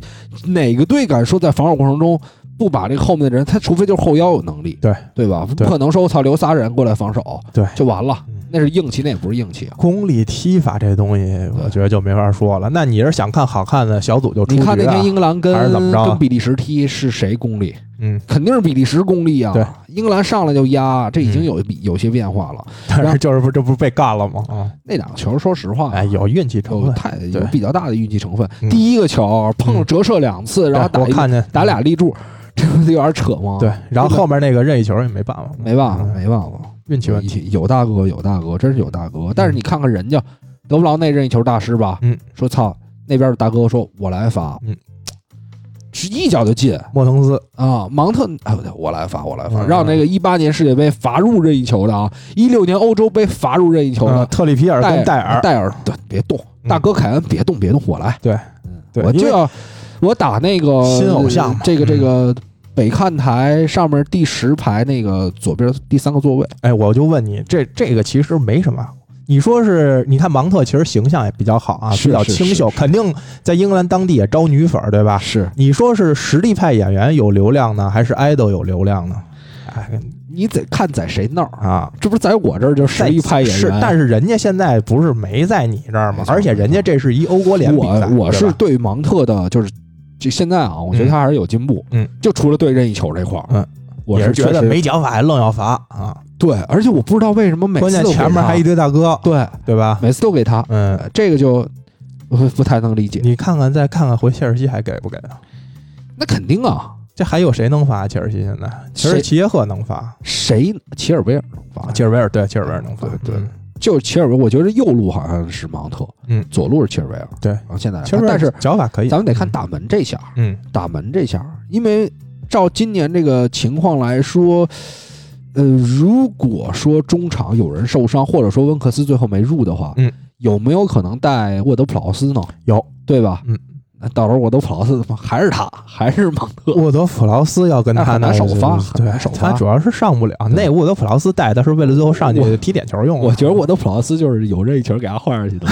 哪个队敢说在防守过程中不把这个后面的人，他除非就是后腰有能力，对对吧？不对可能说我操留仨人过来防守，对就完了嗯，那是硬气，那也不是硬气啊。功力踢法这东西，我觉得就没法说了。那你是想看好看的小组就出嗯你局看那啊天英格兰还跟是怎么着啊跟比利时踢是谁功力？嗯，肯定是比利时功力啊！对，英格兰上来就压，这已经嗯有、有些变化了。但然后是就是不这不是被干了吗？啊，那两个球，说实话，哎，有运气成啊有分。太有对比较大的运气成分。嗯第一个球碰了嗯折射两次，然后对打我一看见打俩立柱，这不就有点扯吗？对，然后真的后面啊那个任意球也没办法，没办法，嗯没办法，运气问题。有大哥，有大哥，真是有大哥。但是你看看人家德布劳内任意球大师吧，嗯，说操那边的大哥说我来罚，嗯，是一脚就进莫滕斯啊！芒特，哎呦我来罚，我来罚，嗯让那个一八年世界杯罚入任意球的啊，一六年欧洲杯罚入任意球呃的特里皮尔跟戴尔，啊戴尔，对，别动，嗯大哥凯恩，别动，别动，我来。对嗯，对我因就为要我打那个新偶像嘛这个嗯这个北看台上面第十排那个左边第三个座位，哎，我就问你，这这个其实没什么。你说是？你看芒特其实形象也比较好啊，是比较是清是秀，是肯定在英格兰当地也招女粉儿，对吧？是你说是实力派演员有流量呢，还是 idol 有流量呢？哎，你得看在谁那儿，啊。这不是在我这儿就在十一派演员。是，但是人家现在不是没在你这儿吗没？错而且人家这是一欧国联比赛，我我对是吧对芒特的，就是就现在啊，我觉得他还是有进步。嗯，就除了对任意球这块儿，嗯，我也是觉确得实没奖法还愣要罚啊。对，而且我不知道为什么每次关键都给前面他还一堆大哥，对，对吧？每次都给他，嗯，呃这个就不不太能理解。你看看再看看回切尔西还给不给啊？那肯定啊，这还有谁能罚切尔西现在？其实谁齐耶赫能罚，谁齐尔维尔吧，切尔维尔对切尔维尔能罚，对对嗯就是齐尔维，我觉得右路好像是芒特，嗯左路是齐尔维尔，对然后现在来切看，尔维尔啊但是脚法可以，咱们得看打门这下，嗯，打门这下，因为照今年这个情况来说，呃，如果说中场有人受伤，或者说温克斯最后没入的话，嗯，有没有可能带沃德普劳斯呢？有对吧？嗯，那到时候沃德普劳斯他妈还是他，还是芒特，沃德普劳斯要跟那他很难那首是发很对难首，他发主要是上不了。那沃德普劳斯带他是为了最后上去我踢点球用的。啊我觉得沃德普劳斯就是有这一球给他换上去的，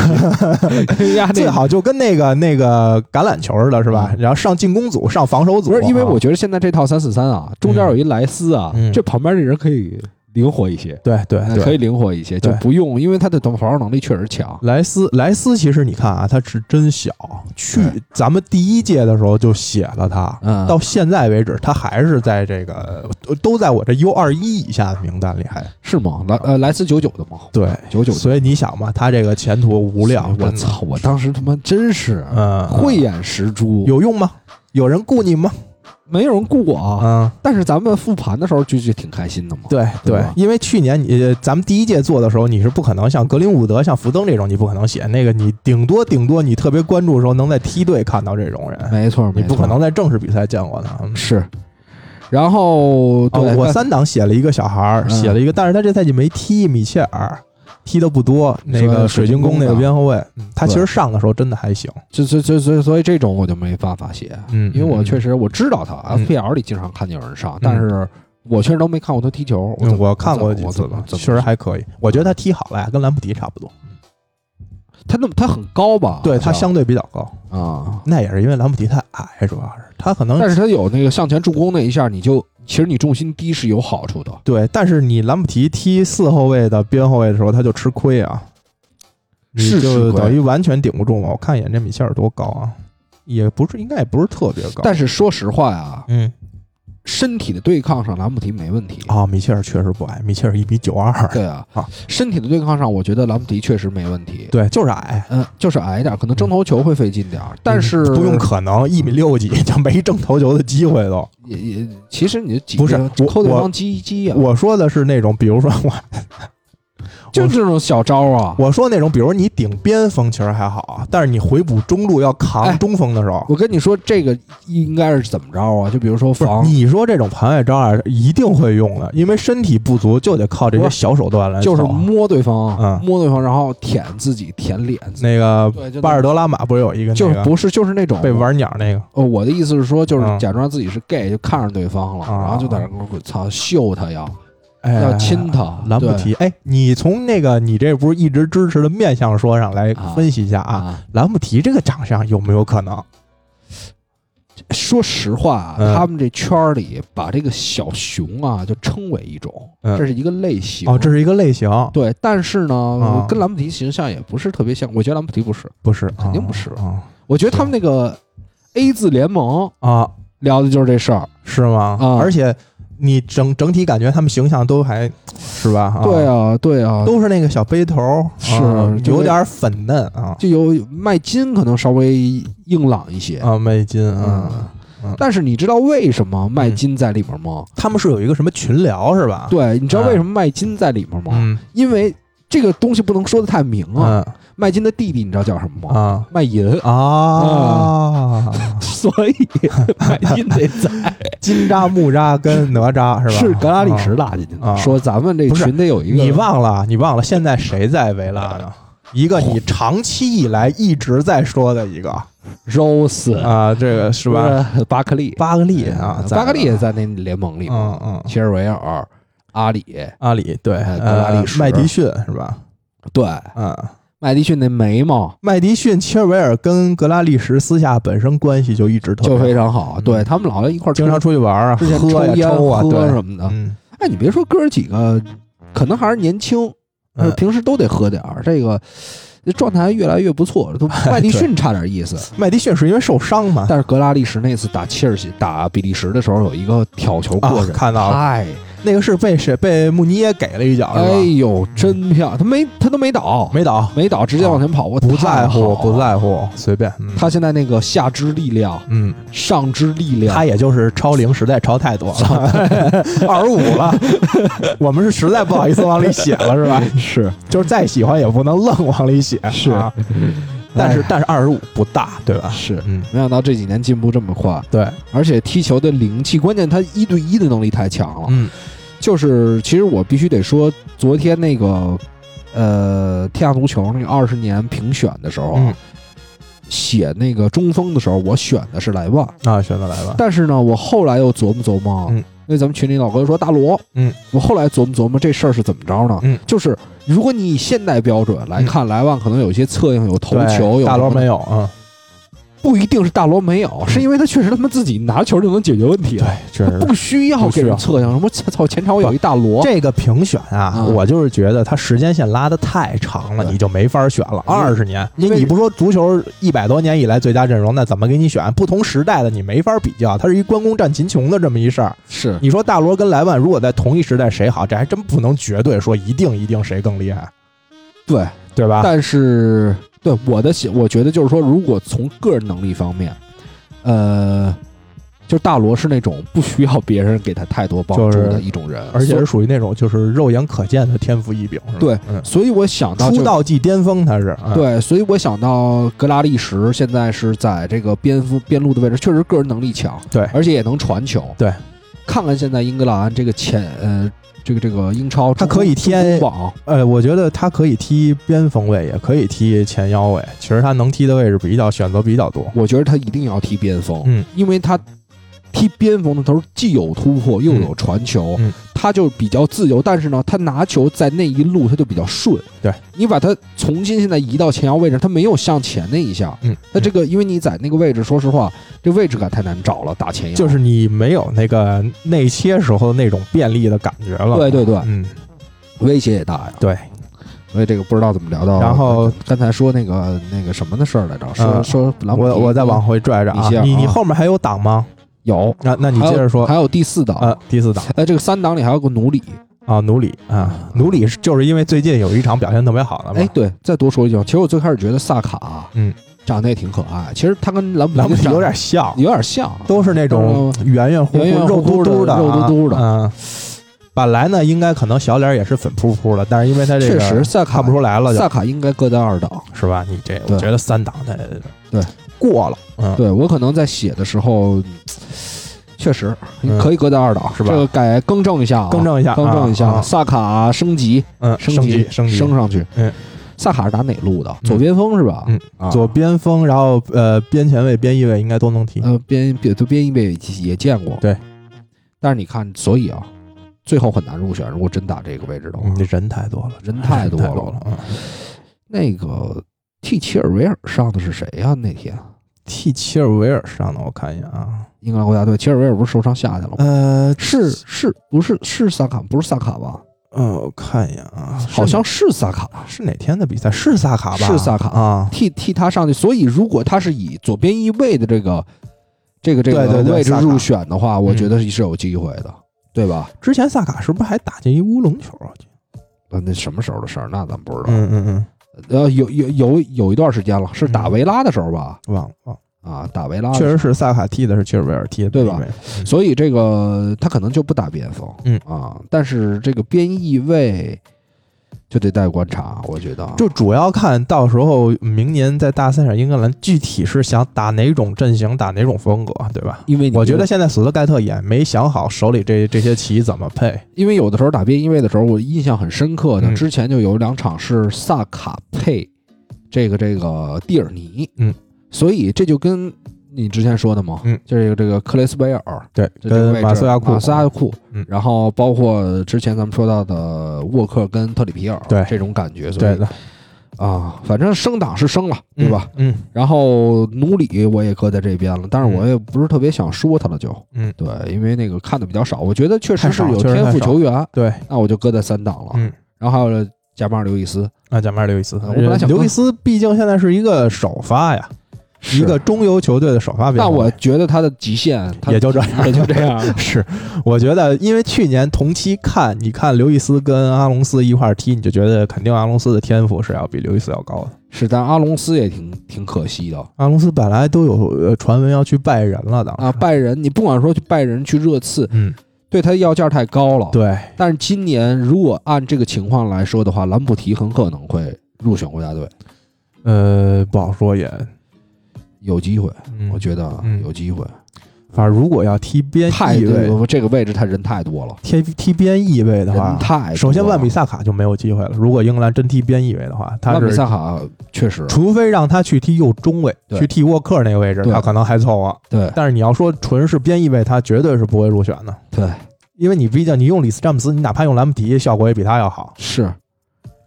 因为他那最好就跟那个那个橄榄球似的，是吧？嗯然后上进攻组，上防守组。不是因为我啊觉得现在这套三四三啊，中间有一莱斯啊，嗯这旁边这人可以灵活一些，对对对，嗯可以灵活一些，就对不用，因为他的防守能力确实强。莱斯，莱斯其实你看啊，他是真小，去对咱们第一届的时候就写了他，嗯到现在为止他还是在这个都都在我这 U 二一以下的名单里还，是吗？莱呃莱斯九九的吗？对，九九所以你想嘛，他这个前途哎无量，啊我真的，操！我当时他妈真是嗯，慧眼识珠，有用吗？有人雇你吗？没有人雇我啊？嗯，但是咱们复盘的时候就就挺开心的嘛。对对对吧，因为去年你呃咱们第一届做的时候，你是不可能像格林伍德、像福登这种，你不可能写那个，你顶多顶多你特别关注的时候能在梯队看到这种人，没错，你没不错，可能在正式比赛见过他。嗯是。然后哦对，我三档写了一个小孩儿，嗯写了一个，但是他这赛季没踢米切尔，踢的不多。你那说水个水晶晶宫宫那个的边后卫，嗯他对其实上的时候真的还行。就就就所以所以这种我就没办法写，嗯因为我嗯确实我知道他嗯 FPL 里经常看见有人上，但是我确实都没看过他踢球。我嗯怎么我看过我几怎么次我怎了么，确怎么实还可以。我觉得他踢好了呀，跟兰普迪差不多。他那么他很高吧？对好他相对比较高，啊，那也是因为兰普迪太矮，主要是他可能但是他有那个向前助攻那一下，你就其实你重心低是有好处的。对，但是你兰普提踢四后卫的边后卫的时候，他就吃亏啊，你是吃就亏等于完全顶不住嘛。我看一眼这米切尔多高啊，也不是应该也不是特别高，但是说实话呀，嗯身体的对抗上兰普提没问题。啊、米切尔确实不矮，米切尔一米九二， 对啊啊，身体的对抗上，我觉得兰普提确实没问题。对，就是矮。嗯，就是矮一点，可能争头球会费劲点儿，但是嗯不用可能，一米六几 就没正头球的机会都。也也，其实你就挤不是着我扣对我方击一击啊，我说的是那种，比如说我就这种小招啊。我说那种，比如你顶边锋其实还好，啊但是你回补中路要哎扛中锋的时候，我跟你说，这个应该是怎么着啊？就比如说不是防，你说这种盘外招啊，一定会用的，因为身体不足就得靠这些不是小手段来啊就是走摸对方，嗯摸对方，然后舔自己，舔脸。那个对，就那巴尔德拉马不是有一个就那是个不是就是那种被。玩鸟那个呃，我的意思是说，就是嗯假装自己是 gay，就看上对方了，啊然后就在那儿我操秀他呀，哎要亲他，兰布提。哎，你从那个你这不是一直支持的面相说上来啊分析一下对啊，啊。兰布提这个长相有没有可能？说实话啊，嗯他们这圈儿里把这个小熊啊就称为一种，嗯这是一个类型。哦，这是一个类型，对，但是呢，啊跟兰普提形象也不是特别像。我觉得兰普提不是，不是，肯定不是啊我觉得他们那个 A 字联盟啊，聊的就是这事儿。是吗啊？而且你整整体感觉他们形象都还是吧？对啊，对啊，都是那个小背头儿，是啊就有是点儿粉嫩啊就有麦金可能稍微硬朗一些，啊，美金嗯啊，但是你知道为什么麦金在里面吗？他们是有一个什么群聊是吧？，对，你知道为什么麦金在里面吗？啊嗯因为这个东西不能说的太明啊。嗯麦金的弟弟你知道叫什么吗？啊麦银，啊， 所以麦金得在金吒、木吒跟哪吒 是吧？是格拉利什啊拉进去的，啊说咱们这不是群得有一个你忘了你忘了，现在谁在维拉呢？一个你长期以来一直在说的一个 Rose 啊，这个是吧？？巴克利，巴格利啊，在巴克利也了，在那联盟里嘛，嗯嗯，切尔维尔、阿里，阿里对，哎格拉利呃什麦迪逊是吧？对，嗯。麦迪逊那眉毛麦迪逊、切尔维尔跟格拉利什私下本身关系就一直特别就好非常好，嗯对他们老要一块儿经常出出去玩啊，之前喝呀、烟抽啊，喝对，什么的。嗯，哎，你别说哥儿几个，可能还是年轻，呃嗯平时都得喝点儿，这个这状态越来越不错 了。都麦迪逊差点意思，麦迪逊是因为受伤嘛？但是格拉利什那次打切尔西、打比利时的时候，有一个挑球过啊，人，看到了，太那个是被谁被穆尼耶给了一脚是吧？嗯哎呦，真漂亮！他没他都没倒，没倒，没倒，直接往前跑，我不在乎，太好了不在乎，随便。嗯他现在那个下肢力量、嗯，上肢力量他，也就是超龄，实在超太多 了，二十五了。 我们是实在不好意思往里写了，是吧？ 是就是再喜欢也不能愣往里写，是啊。但是但是二十五不大，对吧？是，哎嗯，没想到这几年进步这么快，对，而且踢球的灵气，关键他一对一的能力太强了。嗯就是其实我必须得说，昨天那个呃天下足球那个二十年评选的时候啊，嗯写那个中锋的时候，我选的是莱万。啊，选择来吧。但是呢，我后来又琢磨琢磨啊，嗯因为咱们群里老哥说大罗，嗯，我后来琢磨琢磨这事儿是怎么着呢？嗯就是如果你以现代标准来看，莱万可能有些策应，有头对球，有大罗什么的没，有啊？不一定是大罗没有，是因为他确实他妈自己拿球就能解决问题嗯对了，，确他 实不需要给人策应。什么操前场有一大罗，这个评选啊，嗯我就是觉得它时间线拉得太长了，对你就没法选了。因为二十年，你因为你不说足球一百多年以来最佳阵容，那怎么给你选？不同时代的你没法比较，它是一关公战秦琼的这么一事儿。是你说大罗跟莱万如果在同一时代谁好，这还真不能绝对说一定一定谁更厉害，对，对吧？但是对我的写，我觉得就是说，如果从个人能力方面，呃。就是大罗是那种不需要别人给他太多帮助就的是一种人，而且所以是属于那种就是肉眼可见的天赋异禀，是吧？对嗯，所以我想到、就是、出道即巅峰，他是，嗯，对，所以我想到格拉利什现在是在这个边锋边路的位置，确实个人能力强，对而且也能传球，对。看看现在英格兰这个前呃这个这个英超，他可以中贴中网，呃，我觉得他可以踢边锋位，也可以踢前腰位，其实他能踢的位置比较选择比较多。我觉得他一定要踢边锋，嗯，因为他踢边锋的时候既有突破又嗯有传球，嗯他就比较自由。但是呢，他拿球在那一路他就比较顺。对你把他重新现在移到前腰位置，他没有向前那一下。嗯，他这个因为你在那个位置，说实话，这位置感太难找了，打前腰嗯就是你没有那个内切时候那种便利的感觉了。对对对嗯，威胁也大呀。对，所以这个不知道怎么聊到。然后刚才说那个那个什么的事儿来着，说嗯说兰博我基我再往回拽着你啊先，啊你你后面还有档吗？有，那那你接着说还，有第四档。呃，第四档哎，这个三档里还有个奴隶，啊，努里啊，努里是就是因为最近有一场表现特别好的哎，嘛，对，再多说一句，其实我最开始觉得萨卡，啊嗯，长得也挺可爱。其实他跟兰博咱基们长得有点像，啊有点像，啊嗯都是那种圆圆乎圆圆乎、乎乎肉嘟的嘟啊肉嘟嘟的嗯，本来呢，应该可能小脸也是粉扑扑的，但是因为他这确个实萨卡看不出来了就，萨卡应该搁在二档。是吧？你这对我觉得三档的对呃过了，嗯，对我可能在写的时候，确实嗯可以搁在二档，是吧这个改更正一下啊，更正一下，更正一啊下，啊萨卡升级，嗯，升级，升升级，上去。嗯，萨卡是打哪路的？嗯左边锋是吧？嗯啊，左边锋，然后呃边前卫、边翼卫应该都能踢。呃边边都边翼卫也见过。对，但是你看，所以啊，最后很难入选。如果真打这个位置的话嗯，，人太多了，人太多人了。了。嗯那个替切尔维尔上的是谁呀、那天替切尔维尔上的，我看一眼啊，英格兰国家队，切尔维尔不是受伤下去了吗？呃是是不是是萨卡？不是萨卡吧？呃，我看一眼啊，是好像是萨卡。是哪天的比赛？是萨卡吧？是萨卡啊。替替他上去，所以如果他是以左边翼位的这个这个这对个对对位置萨卡嗯入选的话，我觉得是有机会的，对吧？之前萨卡是不是还打进一乌龙球啊？那那什么时候的事儿，那咱不知道。嗯嗯嗯，呃，有有有有一段时间了，是打维拉的时候吧？忘了忘了，啊，打维拉的时确候实是萨卡踢的是切尔维尔踢的，对吧因为？所以这个他可能就不打边锋，嗯啊，但是这个边翼位就得待观察，我觉得啊就主要看到时候明年在大赛上英格兰具体是想打哪种阵型，打哪种风格，对吧？因为你我觉得，现在索德盖特也没想好手里这这些棋怎么配。因为有的时候打边翼位的时候，我印象很深刻的，嗯之前就有两场是萨卡配这个这个蒂尔尼，嗯，所以这就跟你之前说的嘛，嗯，就是这个克雷斯贝尔。对，就这个跟位马置啊苏亚库，马苏亚库，嗯然后包括之前咱们说到的沃克跟特里皮尔，对这种感觉，所以对的，啊，反正升档是升了，对吧？？嗯然后努里我也搁在这边了，但是我也不是特别想说他了就，嗯对，因为那个看的比较少，我觉得确实太是少有确实天赋太少球员，对，那我就搁在三档了。嗯，然后还有加马尔刘易斯，那讲面刘易斯，我本来想刘易斯毕竟现在是一个首发呀，一个中游球队的首发边但后卫。我觉得他的极限他哎也就这样，也就这 样。 是，我觉得，因为去年同期看，你看刘易斯跟阿隆斯一块儿踢，你就觉得肯定阿隆斯的天赋是要比刘易斯要高的。是，但阿隆斯也挺挺可惜的阿隆斯本来都有呃传闻要去拜仁了的啊。，拜仁，你不管说去拜仁去热刺，嗯，对他要价太高了。，对，但是今年如果按这个情况来说的话，兰普提很可能会入选国家队，呃，不好说也，有机会，嗯我觉得啊嗯有机会。反正如果要踢边太翼位，这个位置他人太多了，踢踢边翼位的人话，太多了首先万比萨卡就没有机会了。如果英格兰真踢边翼位的话，他万比是萨卡确实除非让他去踢右中卫，对去踢沃克那个位置，对他可能还凑合。对但是你要说纯是边翼位，他绝对是不会入选的。对因为你毕竟你用里斯詹姆斯，你哪怕用兰姆迪，效果也比他要好，是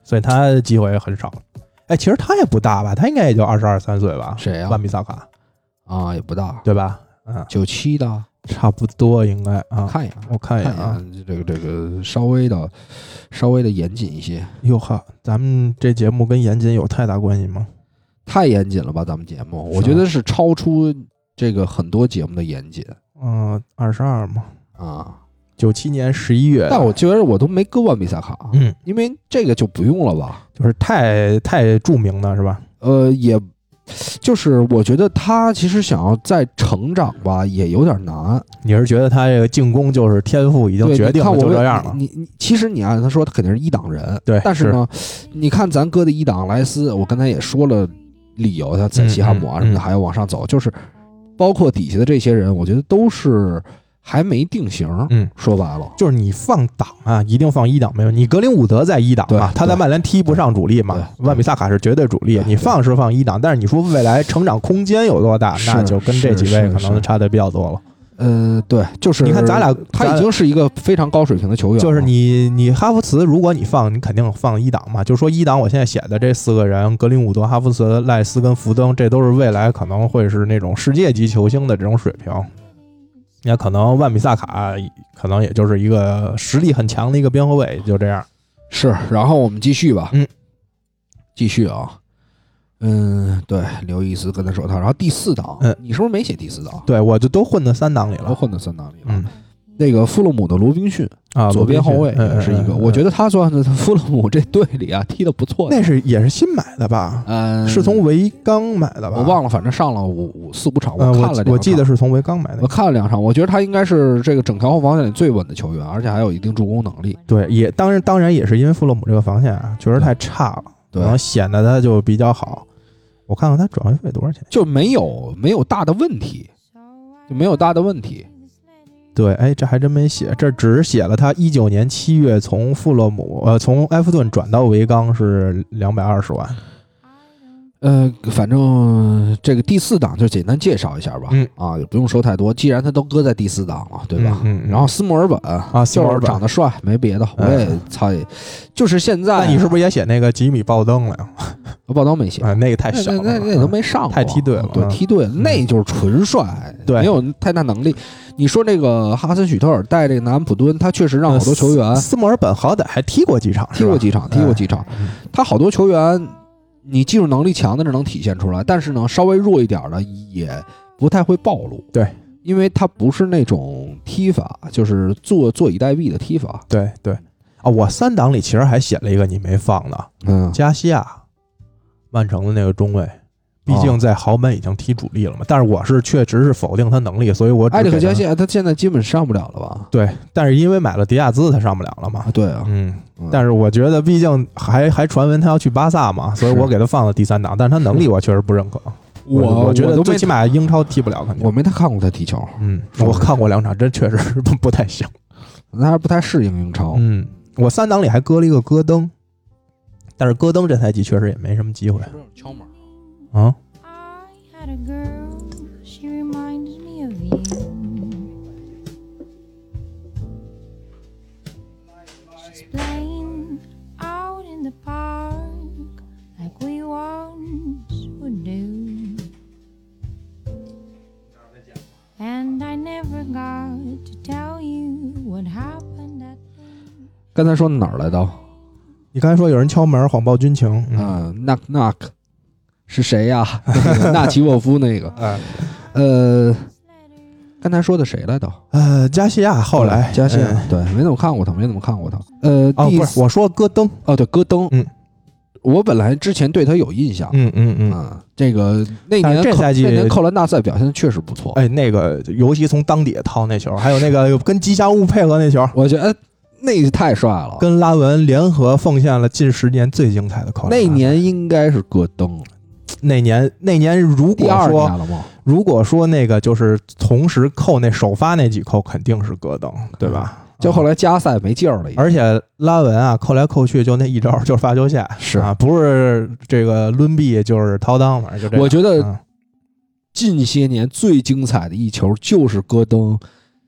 所以他机会很少。哎，其实他也不大吧，他应该也就二十二三岁吧，谁呀万比萨卡啊也不大，对吧？嗯，九七的，差不多应该啊。看一眼我看一看一眼啊，眼这个这个稍微的稍微的严谨一些，哟呵，咱们这节目跟严谨有太大关系吗？太严谨了吧？咱们节目，是啊我觉得是超出这个很多节目的严谨嗯、二十二嘛，啊。九七年十一月，但我觉得我都没割万比萨卡，哎嗯，因为这个就不用了吧？就是太太著名的是吧？呃，也就是我觉得他其实想要再成长吧，也有点难。你是觉得他这个进攻就是天赋已经对，决定你看了，我就为这样了？你你其实你按他说，他肯定是一档人。对但是呢，你看咱哥的一档莱斯，我刚才也说了理由，他在西汉姆啊嗯嗯什么的嗯还要往上走，就是包括底下的这些人，我觉得都是还没定型。嗯，说白了，就是你放档啊，一定放一档没有？你格林伍德在一档对嘛，他在对曼联踢不上主力嘛，对万比萨卡是绝对主力对，你放是放一档，但是你说未来成长空间有多大，是那就跟这几位是可是能差的比较多了。呃，对，就是你看咱俩他咱已经是一个非常高水平的球员了，就是你你哈弗茨，如果你放，你肯定放一档嘛。就说一档，我现在写的这四个人，格林伍德、哈弗茨、赖斯跟福登，这都是未来可能会是那种世界级球星的这种水平。那可能万比萨卡可能也就是一个实力很强的一个边后卫，就这样。是。然后我们继续吧，嗯，继续啊。嗯，对，刘易斯跟他手套，然后第四档，嗯你是不是没写第四档？对我就都混到三档里都了。混到三档里了。嗯那个富勒姆的罗宾逊，啊，左边后卫嗯也是一个，我觉得得他算是 富勒姆这队里啊踢得不错的。那是也是新买的吧，嗯，是从维冈买的吧？我忘了，反正上了五五四五场，呃，看了两场我我记得是从维冈买的我。看了两场，我觉得他应该是这个整条后防线里最稳的球员，而且还有一定助攻能力。对，也当然当然也是因为富勒姆这个防线啊，确实太差了，对可能显得他就比较好。我看看他转会费多少钱？就没有没有大的问题，就没有大的问题。对，哎，这还真没写，这只写了他一九年七月从富勒姆呃从埃弗顿转到维冈是两百二十万。呃，反正这个第四档就简单介绍一下吧，嗯啊，也不用说太多。既然他都搁在第四档了，对吧？嗯嗯嗯然后斯莫尔本啊斯就莫尔是本哎长得帅，没别的，我也操，就是现在那你是不是也写那个吉米鲍登了呀？报道没哎写？啊，那个太那小了，那那那都嗯没上过，啊太梯队了对嗯梯队那就是纯帅，对没有太大能力。你说这个哈森许特尔带这个南安普敦，他确实让好多球员斯斯莫尔本好歹还踢过几场，踢过几场，是吧踢过几场，嗯他好多球员，你技术能力强的这能体现出来，但是呢，稍微弱一点的也不太会暴露，对，因为他不是那种踢法，就是坐坐以待毙的踢法，对对啊，我三档里其实还写了一个你没放的，嗯，加西亚，曼城的那个中卫，毕哦竟在豪门已经踢主力了嘛。但是我是确实是否定他能力，所以我只埃里克给他加西亚他现在基本上不了了吧？对，但是因为买了迪亚兹，他上不了了嘛啊，。对啊，嗯嗯，但是我觉得毕竟还还传闻他要去巴萨嘛，所以是我给他放了第三档，但是他能力我确实不认可。我我觉得都最没起码英超踢不了，肯定。我没太看过他踢球，嗯，我看过两场，真确实是不不太行。那还不太适应英超。嗯，我三档里还搁了一个戈登，但是戈登这赛季确实也没什么机会敲门，啊。 I had a girl, she reminds me of you. She's playing out in the park like we once would do. And I never got to tell you what happened at 刚才说哪儿来的？你刚才说有人敲门谎报军情，嗯，啊，knock knock，是谁呀？ 那个纳奇沃夫那个，哎呃， letter. 刚才说的谁来的？呃呃，加西亚后来加西嗯亚，对，没怎么看过他，没怎么看过他。呃，哦，第不是，我说戈登，哦，对，戈登，嗯，我本来之前对他有印象，嗯嗯嗯，啊，这个那但年是这扣赛季那年扣篮大赛表现确实不错，哎，那个尤其从当底下掏那球，还有那个跟吉祥物配合那球，我觉得那太帅了。跟拉文联合奉献了近十年最精彩的扣篮。那年应该是戈登那年那年如第果二说年了吗？如果说那个就是同时扣那首发那几扣，肯定是戈登，对嗯吧？就后来，来加赛没劲儿了已经，而且拉文啊，扣来扣去就那一招，就是发球线，是啊，不是这个抡臂就是掏裆，反正就这样。我觉得嗯近些年最精彩的一球就是戈登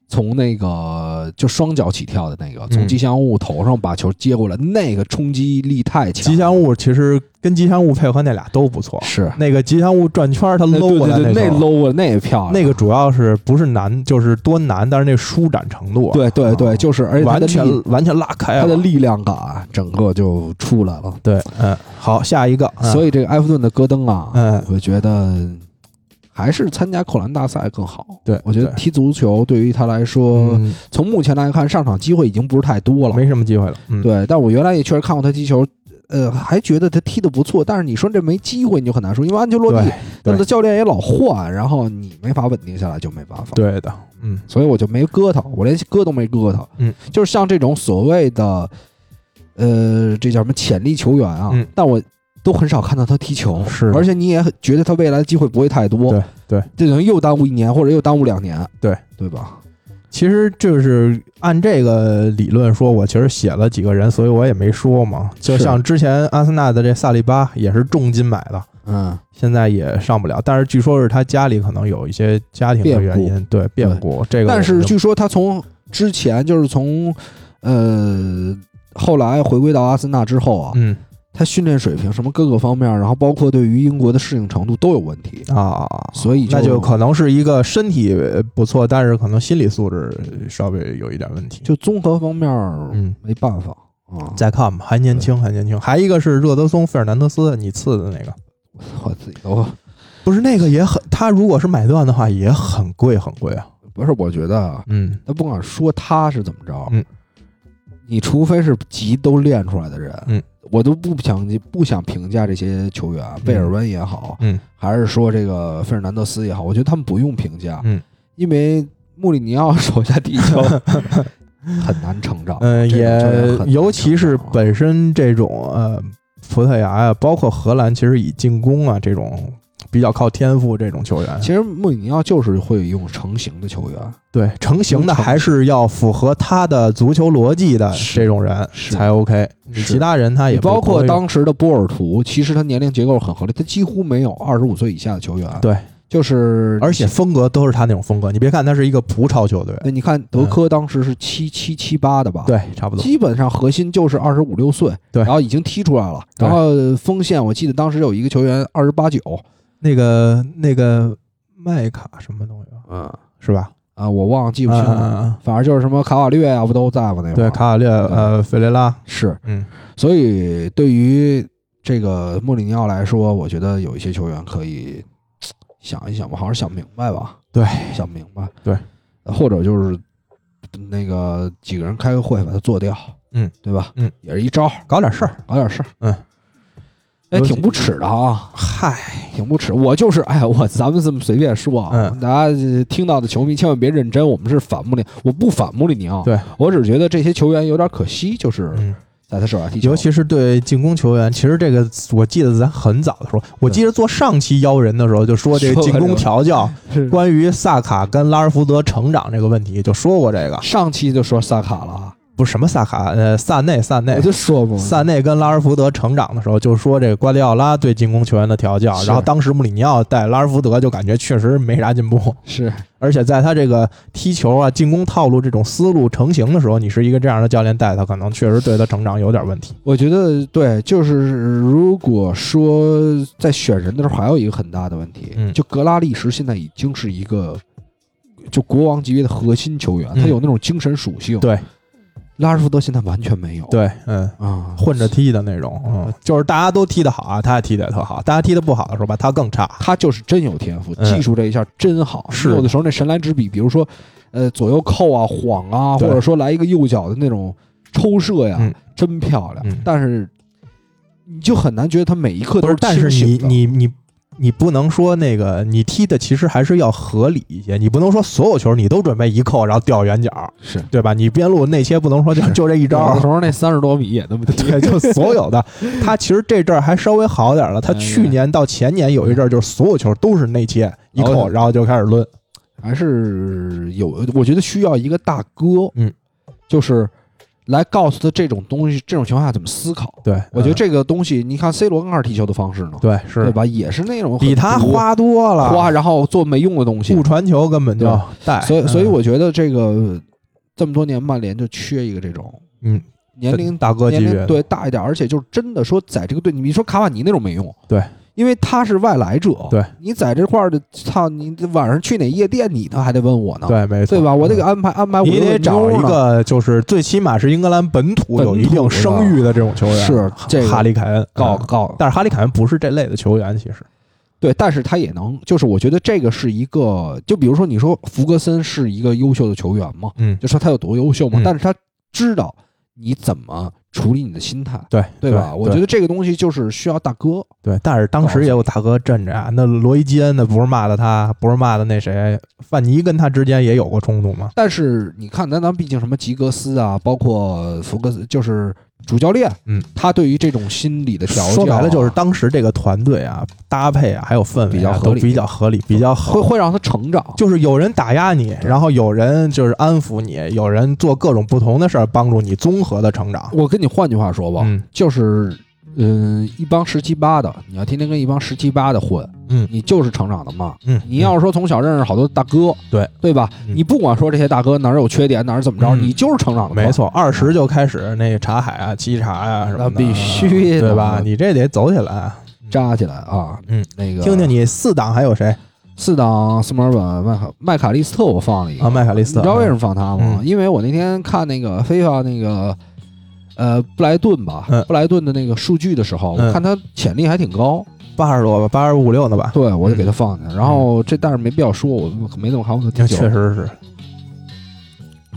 从那个就双脚起跳的那个，从嗯吉祥物头上把球接过来，那个冲击力太强了。吉祥物其实跟吉祥物配合那俩都不错，是那个吉祥物转圈儿他那搂过来对对对，球那搂过来那也漂亮，那个主要是不是难就是多难，但是那舒展程度，对对啊对，就是而且他的完力全完全拉开了他的力量感整个就出来了。对，嗯，好，下一个，所以以这个埃弗顿的戈登啊，嗯我觉得还是参加扣篮大赛更好。对我觉得对踢足球对于他来说，嗯从目前来看，上场机会已经不是太多了。没什么机会了，嗯，对，但我原来也确实看过他踢球，呃，还觉得他踢得不错。但是你说这没机会，你就很难说，因为安切洛蒂对他的教练也老换，然后你没法稳定下来，就没办法。对的，嗯所以我就没割他，我连割都没割他。嗯，就是像这种所谓的，呃，这叫什么潜力球员啊？嗯但我都很少看到他踢球，是而且你也很觉得他未来的机会不会太多。对对，这等于又耽误一年，或者又耽误两年。对对吧？其实就是按这个理论说，我其实写了几个人，所以我也没说嘛。就是像之前阿森纳的这萨利巴也是重金买的，嗯，现在也上不了，但是据说是他家里可能有一些家庭的原因，对变故这个我但们就。是据说他从之前就是从，呃，后来回归到阿森纳之后啊，嗯他训练水平什么各个方面，然后包括对于英国的适应程度都有问题，啊，所以那就可能是一个身体呃不错，但是可能心理素质稍微有一点问题。就综合方面儿嗯没办法啊，再看吧，还年轻，还年轻。还一个是热德松、费尔南德斯，你次的那个，我自己都不是那个也很，他如果是买断的话，也很贵，很贵啊。不是，我觉得啊，嗯，他不管说他是怎么着，嗯，你除非是集都练出来的人，嗯，我都不想不想评价这些球员，啊贝尔温也好，嗯，还是说这个费尔南德斯也好，我觉得他们不用评价，嗯，因为穆里尼奥手下踢 球很难成长，嗯，这种球员也很难尤其是成长啊本身这种呃，葡萄牙呀，包括荷兰，其实以进攻啊这种比较靠天赋这种球员其，实穆里尼奥就是会用成型的球员，对成型的成还是要符合他的足球逻辑的是这种人是才 OK。你是其他人他也你包不括会当时的波尔图，其实他年龄结构很合理，他几乎没有二十五岁以下的球员。对，就是而且风格都是他那种风格。你别看他是一个葡超球队，那你看德科当时是七七七八的吧？，对，差不多。基本上核心就是二十五六岁，对然后已经踢出来了。对然后锋线，我记得当时有一个球员二十八九，那个那个麦卡什么东西啊嗯是吧？啊，我忘了记不啊清啊了。啊！反正就是什么卡瓦略啊，不都在吗？那会儿对，卡瓦略呃，费雷拉，是，嗯，所以对于这个穆里尼奥来说，我觉得有一些球员可以想一想吧，好好想明白吧。对，想明白。对，或者就是那个几个人开个会把它做掉，嗯，对吧？嗯，也是一招，搞点事儿。搞点事儿。嗯，哎，挺不耻的啊，嗨，挺不耻。我就是，哎呀，我咱们这么随便说啊，嗯大家呃听到的球迷千万别认真，我们是反穆里，我不反穆里尼奥，对我只是觉得这些球员有点可惜，就是嗯，在他手下踢球，尤其是对进攻球员，其实这个我记得咱很早的时候，我记得做上期邀人的时候就说这个进攻调教，是关于萨卡跟拉什福德成长这个问题就说过这个。上期就说萨卡了啊，不是什么萨卡，呃，萨内，萨内我，就说嘛，萨内跟拉什福德成长的时候，就说这个瓜迪奥拉对进攻球员的调教，是然后当时穆里尼奥带拉什福德就感觉确实没啥进步，是而且在他这个踢球啊、进攻套路这种思路成型的时候，你是一个这样的教练带他，可能确实对他成长有点问题。我觉得对，就是如果说在选人的时候，还有一个很大的问题，嗯就格拉利什现在已经是一个就国王级别的核心球员，他嗯有那种精神属性。对，拉什福德现在完全没有。对，嗯，啊，混着踢的那种，嗯，就是大家都踢得好啊，他也踢得特好；大家踢得不好的时候吧，他更差。他就是真有天赋，嗯技术这一下真好。是有的时候那神来之笔，比如说呃左右扣啊、晃啊，或对者说来一个右脚的那种抽射呀，嗯真漂亮。嗯但是你就很难觉得他每一刻不都是，但是清醒你的你你你不能说那个你踢的其实还是要合理一些，你不能说所有球你都准备一扣然后掉远角，是对吧？你边路内切 不能说就就这一有招的时，候那三十多米也那么低。 对，就所有的。他其实这阵儿还稍微好点儿了，他去年到前年有一阵儿就是所有球都是内切一哦扣，然后就开始抡。还是有，我觉得需要一个大哥，嗯，就是来告诉他这种东西，这种情况下怎么思考。对，我觉得嗯这个东西，你看 C 罗刚开始踢球的方式呢，对对是吧？也是那种比很他毒花多了，花，然后做没用的东西哎不。传球根本就对带。所以，所以嗯我觉得这个这么多年曼联就缺一个这种嗯年龄大哥级年别龄，对大一点，而且就是真的说，在这个队，你说卡瓦尼那种没用，对，因为他是外来者，对，你在这块儿的，操，你晚上去哪夜店，你他还得问我呢，对，没错，啊对吧？我得给嗯安排安排，你得找一。个就是最起码是英格兰本土有一定声誉的这种球员，啊是这个哈利凯恩告嗯告但是哈利凯恩不是这类的球员，其实对，但是他也能，就是我觉得这个是一个，就比如说你说福格森是一个优秀的球员嘛，嗯就说他有多优秀嘛，嗯但是他知道你怎么处理你的心态，对对吧？我觉得得这个东西就是需要大哥，对，但是当时也有大哥镇着啊，那罗伊基恩那不是骂的他，不是骂的那谁范尼跟他之间也有过冲突吗？但是你看，咱咱毕竟什么吉格斯啊，包括福格斯，就是主教练，嗯，他对于这种心理的调教啊，说白了就是当时这个团队啊，搭配啊，还有氛围、啊、比较合都理比较合理，比较好会。会让他成长。就是有人打压你，然后有人就是安抚你，有人做各种不同的事儿帮助你综合的成长。我跟你换句话说吧，嗯就是，嗯，一帮十七八的，你要天天跟一帮十七八的混，嗯你就是成长的慢。嗯，你要是说从小认识好多大哥，对对吧？嗯你不管说这些大哥哪儿有缺点，哪儿怎么着，嗯你就是成长的慢。没，错，二十就开始那个茶海啊、沏茶呀、什么的，啊那必须的对吧？你这得走起来。扎起来啊！嗯，那个听听你四档还有谁四档斯摩尔本麦卡麦卡利斯特，我放了一个啊？麦凯利斯特，你知道为什么放他吗？嗯因为我那天看那个非法那个呃布莱顿吧，嗯布莱顿的那个数据的时候，嗯我看他潜力还挺高，八十多吧，八十五六的吧？对我就嗯给他放进来。然后这但是没必要说，我没怎么看过他踢确球。实是，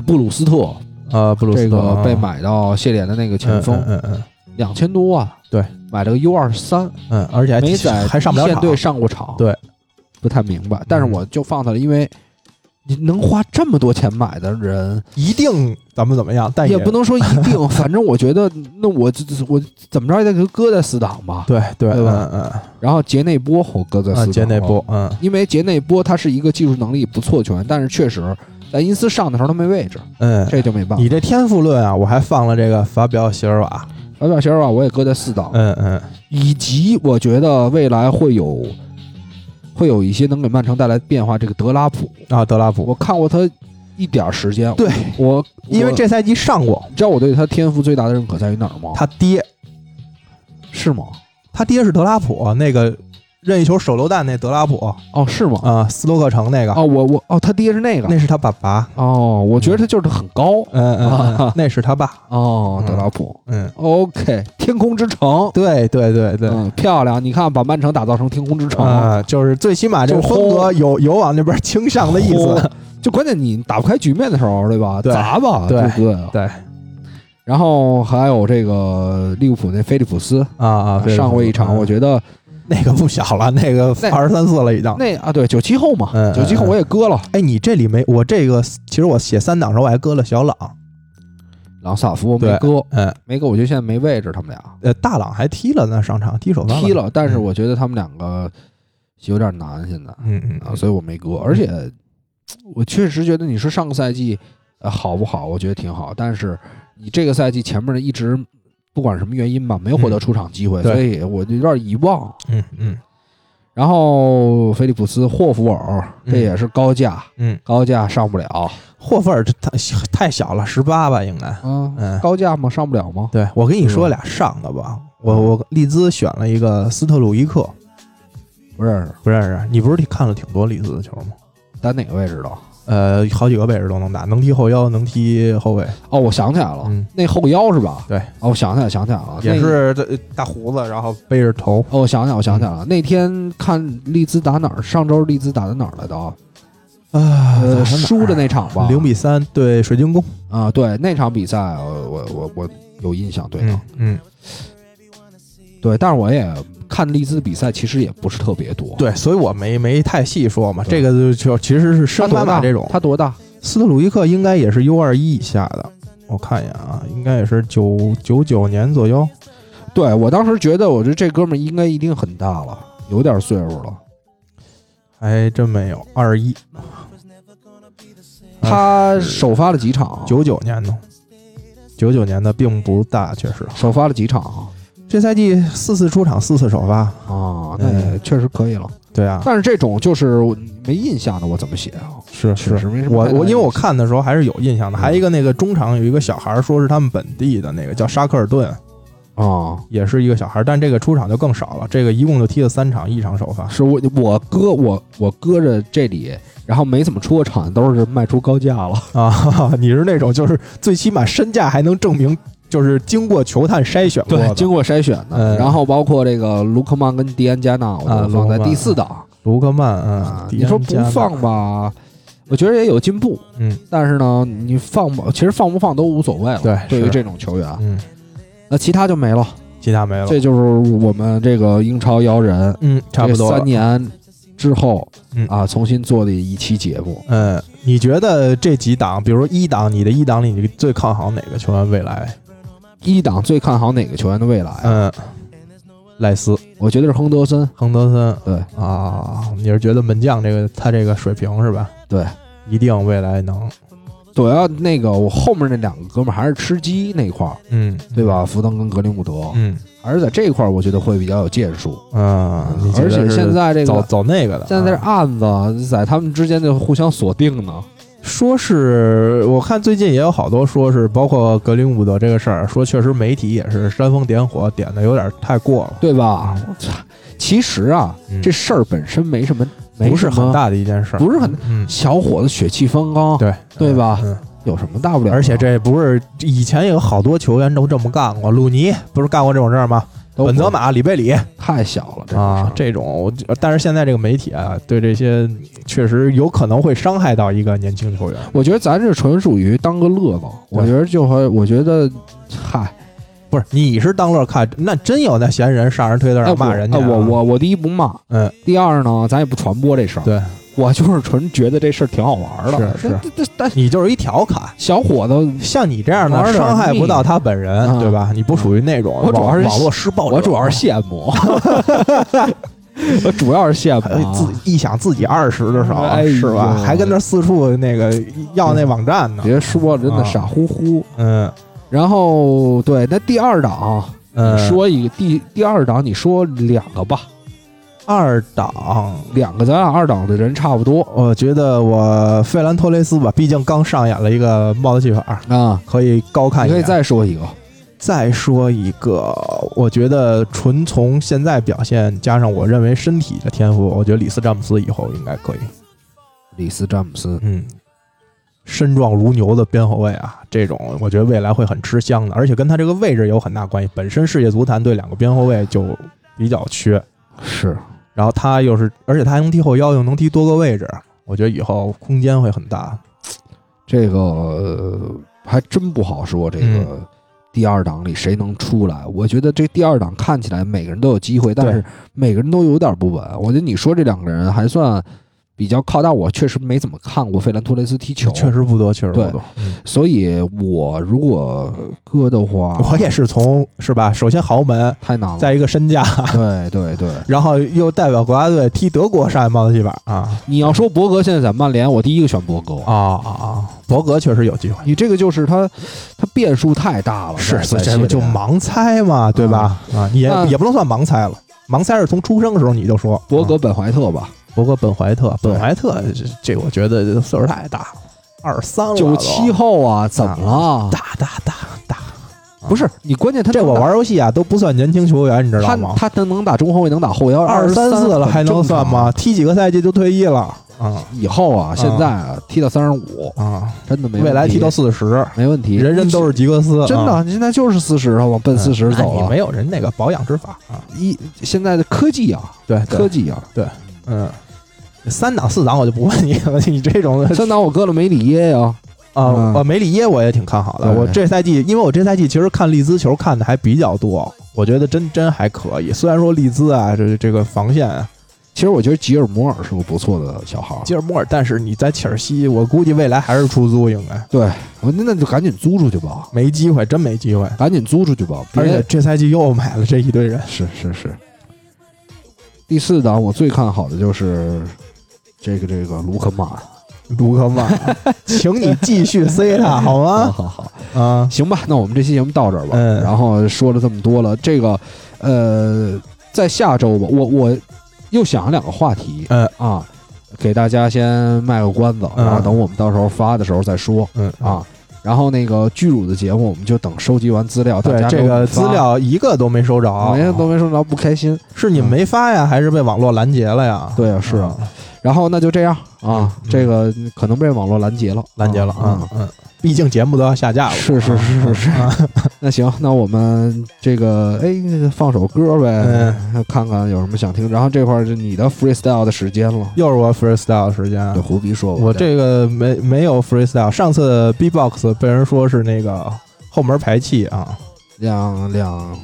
布鲁斯特呃，布鲁斯这特个被买到谢联的那个前锋，嗯嗯嗯两千多万，对，买了个 U 二三，嗯，而且还没在还上不一了线场，队上过场，对，嗯不太明白。但是我就放他了，因为。你能花这么多钱买的人，一定怎么怎么样，但也不能说一 定，反正我觉得，那我这这我怎么着也得给他搁在死党吧。对对对吧嗯然后杰内波我搁在啊嗯死嗯，党，哦杰内波，，嗯因为杰内波他是一个技术能力不错的球员，但是确实在因斯上的时候他没位置，嗯。这就没办法你。这天赋论啊，我还放了这个法比奥席尔瓦，法比奥席尔瓦我也搁在四档，嗯嗯，以及我觉得未来会有会有一些能给曼城带来变化。这个德拉普，啊，德拉普我，看过他一点儿时间，对，我因为我这赛季上过你知道我对他天赋最大的认可在于哪儿吗？他爹，是吗？他爹是德拉普，那个任意球手榴弹那德拉普啊、哦，是吗？斯洛克城那个，哦，我我哦，他爹是那个那是他爸爸。哦，我觉得他就是很高嗯嗯， 啊嗯那是他爸。哦，德拉普。嗯， OK，天空之城，对对对对，嗯，漂亮！你看，把曼城打造成天空之城，啊，就是最起码这个就风格轰有有往那边倾向的意思轰。就关键你打不开局面的时候，对吧？对砸吧，对不对？对然后还有这个利物浦那菲利普斯，啊啊，对上过一场，嗯我觉得那个不小了，那个那二十三四了已经。那啊，对九七后嘛嗯，九七后我也割了，哎，你这里没我这个，其实我写三档时候我还搁了小朗，朗萨福我没对割，嗯，没割，我觉得现在没位置，他们俩呃，大朗还踢了呢，上场踢首发踢了，但是嗯我觉得他们两个有点难现在嗯嗯啊，所以我没割，而且我确实觉得你说上个赛季呃好不好，我觉得挺好，但是你这个赛季前面的一直不管什么原因吧，没有获得出场机会，嗯对所以我就有点遗忘。嗯嗯然后菲利普斯、霍弗尔，这也是高价，嗯，高价上不了霍弗尔这太太小了，十八吧应该。啊嗯高价吗？上不了吗？对我跟你说是俩上的吧，我我利兹选了一个斯特鲁伊克，不认识，不认识。你不是看了挺多利兹的球吗？打哪个位置的？呃，好几个位置都能打，能踢后腰，能踢后卫，哦，我想起来了，嗯那后腰是吧？对，哦，我想起来，想起来了，也那是嗯这大胡子，然后背着头，哦，我想起来，我想起来了，那天看利兹打哪儿？上周利兹打的哪儿来的啊？啊呃，输的那场吧，零比三对水晶宫，啊，对，那场比赛呃我我我有印象，对的，嗯嗯，对，但是我也看利兹比赛，其实也不是特别多。，对，所以我没没太细说嘛，对这个就就其实是他升多班大马这种，他多大？斯特鲁伊克应该也是 U 二一以下的，我看一眼啊，应该也是九九九年左右，对我当时觉得，我觉得这哥们儿应该一定很大了，有点岁数了。还真没有二一他首发了几场？啊九九年的，九九年的并不大，确实，首发了几场啊这赛季四次出场，四次首发，啊？那也确实可以了。对哎啊，但是这种就是我没印象的，我怎么写啊？是确实是。没什么我太大我因为我印象看的时候还是有印象的，还有一个那个中场有一个小孩儿说是他们本地的那个叫沙克尔顿，啊，也是一个小孩儿，但这个出场就更少了，这个一共就踢了三场，一场首发。是我我搁我我搁着这里，然后没怎么出过场，都是卖出高价了。啊， 你是那种就是最起码身价还能证明，就是经过球探筛选过的。经过筛选的，嗯然后包括这个卢克曼跟迪安加纳，我啊都放在卢克曼第四档卢克曼，嗯啊，。迪你说安不加纳，放吧，我觉得也有进步，嗯但是呢，你放不，其实放不放都无所谓了。对对于是这种球员，啊嗯，那其他就没了。其他没了，这就是我们这个英超妖人嗯，差不多这了三。年之后嗯啊，重新做的一期节目。嗯，你觉得这几档，比如说一档，你的一档里，你最看好哪个球员未来？一档最看好哪个球员的未来啊？嗯，赖斯、我觉得是亨德森。亨德森对啊，你是觉得门将这个他这个水平是吧？对，一定未来能，主要啊那个我后面那两个哥们儿还是吃鸡那块儿，嗯，对？吧？福登跟格林伍德，嗯还是在这一块儿，我觉得会比较有建树。啊嗯，你觉而得且是现在这走个走那个的，现在这啊案子在他们之间就互相锁定呢。说是我看最近也有好多说是，包括格林伍德这个事儿，说确实媒体也是煽风点火，点的有点太过了，对吧？我操！其实啊，嗯这事儿本身没什么，没不是什么很。大的一件事儿，不是很嗯，小伙子血气方刚，对对吧嗯，有什么大不了的？而且这不是以前也有好多球员都这么干过，鲁尼不是干过这种事儿吗？都啊本泽马、里贝里太小了，这啊，这这种，我就但是现在这个媒体啊，对这些确实有可能会伤害到一个年轻球员。我觉得咱这纯属于当个乐子。我觉得就和我觉得，嗨，不是，你是当乐看，那真有那闲人上人推特哎上骂人家我啊、哎我我我第一不骂，嗯，第二呢，咱也不传播这事儿。对我就是纯觉得这事儿挺好玩的，是这这这但你就是一调侃。小伙子，像你这样玩的点伤害不到他本腻人，对吧？你不属于那种啊我主要网是网络施暴者，我主要是羡慕， 我主要是羡哎慕啊自己一想自己二十的时候哎呦是吧，还跟那四处那个要那网站呢，别说了，真的啊傻乎乎。嗯然后对，那第二档，嗯，你说一个第第二档，你说两个吧，二档。两个咱俩二档的人差不多我觉得我费兰托雷斯吧，毕竟刚上演了一个《帽子戏法》，啊。可以高看你一可以眼。再说一个，再说一个，我觉得纯从现在表现加上我认为身体的天赋，我觉得里斯詹姆斯以后应该可以。里斯詹姆斯，嗯，身壮如牛的边后卫啊，这种我觉得未来会很吃香的，而且跟他这个位置有很大关系。本身世界足坛对两个边后卫就比较缺，是然后他又是，而且他还能踢后腰，又能踢多个位置，我觉得以后空间会很大。这个、呃还真不好说。这嗯个第二档里谁能出来？我觉得这第二档看起来每个人都有机会，但是每个人都有点不稳。我觉得你说这两个人还算比较靠，但我确实没怎么看过费兰托雷斯踢球，确，实不多，确实不对多。嗯所以我如果割的话，我也是从是吧？首先豪门，太难了。再一个 身价，对对对，然后又代表国家队踢德国上一帽子戏法啊你要说博格现在在曼联，我第一个选博格。啊啊啊！博格确实有机会，你这个就是他，他变数太大了，是在所以在这系列不就盲猜嗯嘛，对吧？啊，也那也不能算盲猜了，盲猜是从出生的时候你就说嗯博格、啊本怀特吧，博格、本怀特、对本怀特，这这我觉得岁数太大了，二十三了，九七后啊，怎么了？大大大大，不是你，关键他这能我打玩游戏啊都不算年轻球员，你知道他吗？他能能打中后卫，能打后腰，二十三三四了还能算啊吗？？踢几个赛季就退役了啊以后啊，现在啊，踢到三十五，啊！真的没问题未来踢到四十，没问题，人人都是吉格斯，真啊的，你现在就是四十了，往奔四十嗯走那你了。没有人那个保养之法啊？一现在的科技啊，对，对科技啊， 嗯，三档四档我就不问你了，你这种三档我割了梅里耶呀，啊，嗯我梅里耶我也挺看好的。对我这赛季，因为我这赛季其实看利兹球看的还比较多，我觉得真真还可以。虽然说利兹啊，这这个防线啊，其实我觉得吉尔摩尔是个不错的小孩儿。吉尔莫尔，但是你在切尔西，我估计未来还是出租，应该对，我那那就赶紧租出去吧，没机会，真没机会。赶紧租出去吧，而且别这赛季又买了这一堆人，是是是。第四档我最看好的就是这个这个卢克啊曼，卢克曼，啊请你继续塞他好好吗？好好，啊，行吧，那我们这期节目到这儿吧。嗯然后说了这么多了，这个呃，在下周吧，我我又想了两个话题，嗯啊，给大家先卖个关子，嗯然后等我们到时候发的时候再说嗯啊。然后那个剧组的节目，我们就等收集完资料，大对家这给我个们发资。料哦一个都没收着，每天都没收着，不开心。是你们没发呀，还是被网络拦截了呀？对啊，是啊。啊，然后那就这样啊，嗯这个可能被网络拦截了，拦截了啊。啊，嗯，毕竟节目都要下架了，是是是是是。啊 那行，那我们这个哎，那个放首歌呗，嗯 看看有什么想听。然后这块儿是你的 freestyle 的时间了，又是我 freestyle 时间啊对，。胡逼说吧我这个没没有 freestyle，上次 B-box 被人说是那个后门排气啊，两两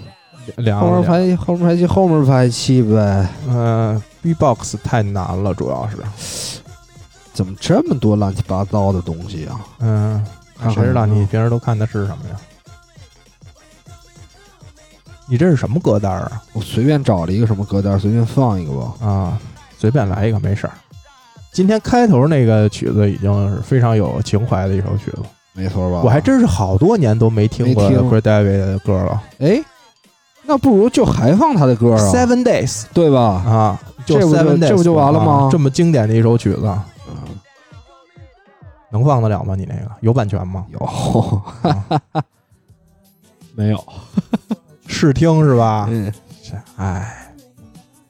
两后面排后面排期后面排期呗，嗯、B-box 太难了，主要是怎么这么多乱七八糟的东西啊？嗯，看看谁知道有没你有平时都看的是什么呀？你这是什么歌单儿啊？我随便找了一个什么歌单，随便放一个吧。啊，随便来一个没事儿。今天开头那个曲子已经是非常有情怀的一首曲子，没错吧？我还真是好多年都没听过没听 Greg David 的歌了。哎，那不如就还放他的歌啊， Seven Days 对吧？啊，就这不就 Seven Days，这不就完了吗啊这么经典的一首曲子，嗯能放得了吗？你那个有版权吗？有 啊没有？试听是吧？嗯，哎，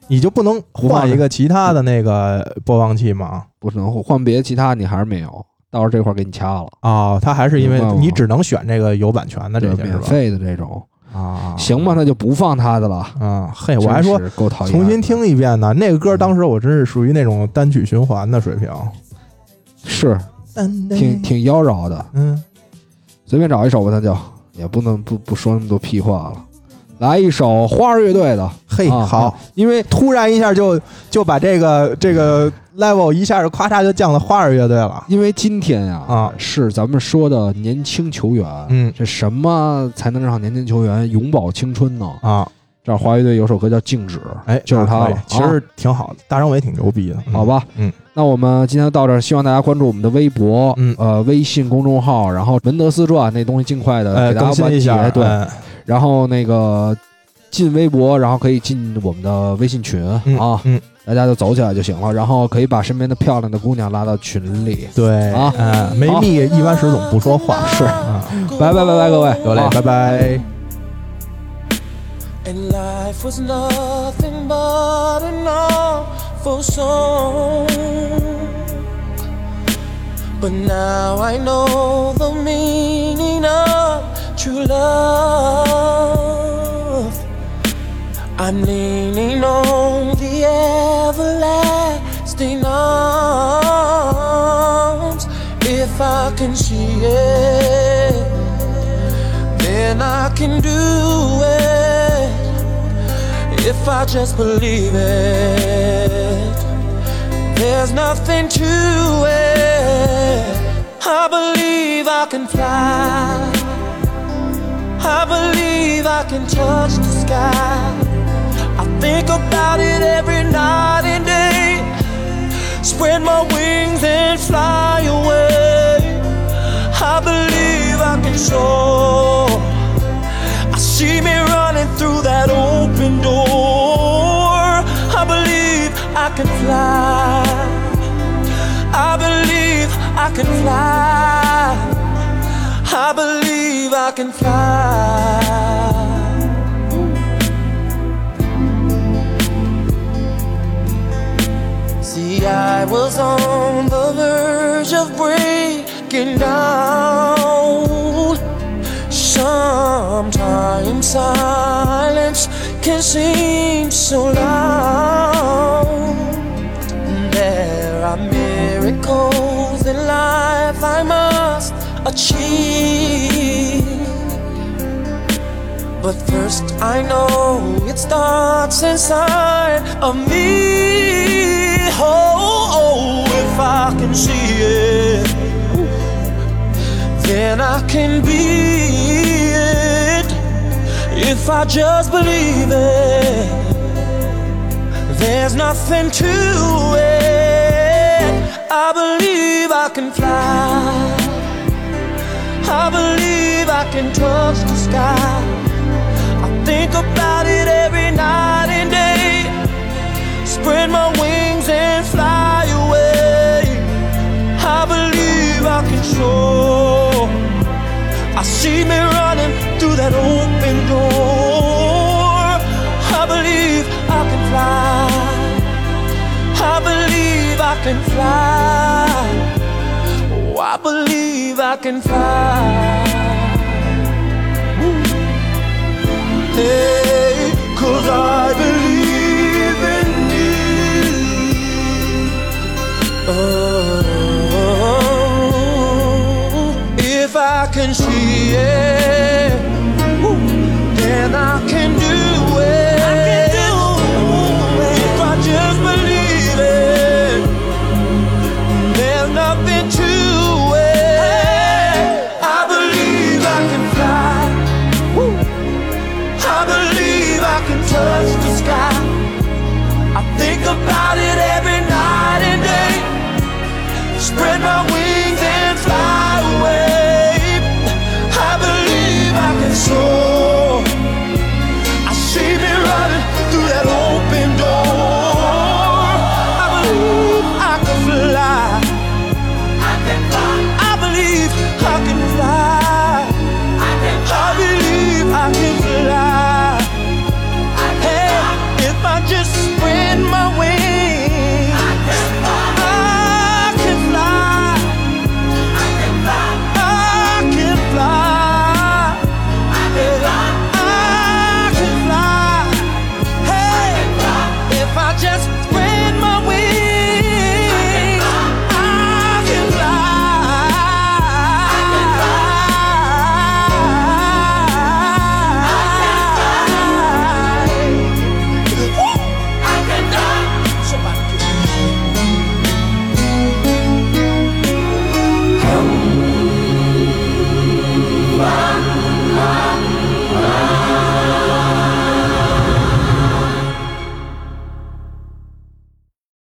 你就不能不放换了一个其他的那个播放器吗？不能换别的其他你还是没有，到时候这块儿给你掐了。哦，它还是因为明白吗你只能选这个有版权的这对些是免吧？费的这种，啊，行吧，那就不放他的了。啊，嘿，我还说真是够讨厌，啊重新，听一遍呢。那个歌当时我真是属于那种单曲循环的水平，是挺挺妖娆的。嗯，随便找一首吧，那就也不能不不说那么多屁话了。来一首花儿乐队的，嘿，啊好，因为突然一下就就把这个这个 level 一下就咔嚓就降到花儿乐队了。因为今天呀、啊是咱们说的年轻球员，嗯这什么才能让年轻球员永葆青春呢？啊，这花儿乐队有首歌叫《静止》，哎，就是他那可以了啊其实挺好的，大张伟挺牛逼的，嗯好，吧，嗯，那我们今天到这儿，希望大家关注我们的微博，嗯呃，微信公众号，然后门德斯传那东西尽快的呃，给大更家新完一结，下，对，嗯然后那个进微博，然后可以进我们的微信群、嗯啊，嗯，大家就走起来就行了，然后可以把身边的漂亮的姑娘拉到群里，对啊嗯，没力一般石总不说话，是啊，拜拜拜拜各位，得嘞啊，拜拜。 And life was nothing but an awful song. But now I know the meaning of true love. I'm leaning on the everlasting arms. If I can see it then I can do it. If I just believe it, There's nothing to it. I believe I can fly. I believe I can touch the sky. I think about it every night and day. Spread my wings and fly away. I believe I can soar. I see me running through that open door. I believe I can fly. I believe I can fly. I believe I can fly. See, I was on the verge of breaking down. Sometimes silence can seem so loud. There are miracles in life I must achieve. But first, I know it starts inside of me. Oh, oh, if I can see it, then I can be it. If I just believe it, there's nothing to it. I believe I can fly. I believe I can touch the sky. I think about it every night and day. Spread my wings and fly away. I believe I can soar. I see me running through that open door. I believe I can fly. I believe I can fly. Oh, I believe I can fly. Ooh. Hey, 'cause I believe in you. Oh, if I can see it, ooh, then I can do it. If I just believe it. There's nothing to it. I believe I can fly. Woo. I believe I can touch the sky. I think about it every night and day. Spread my wings.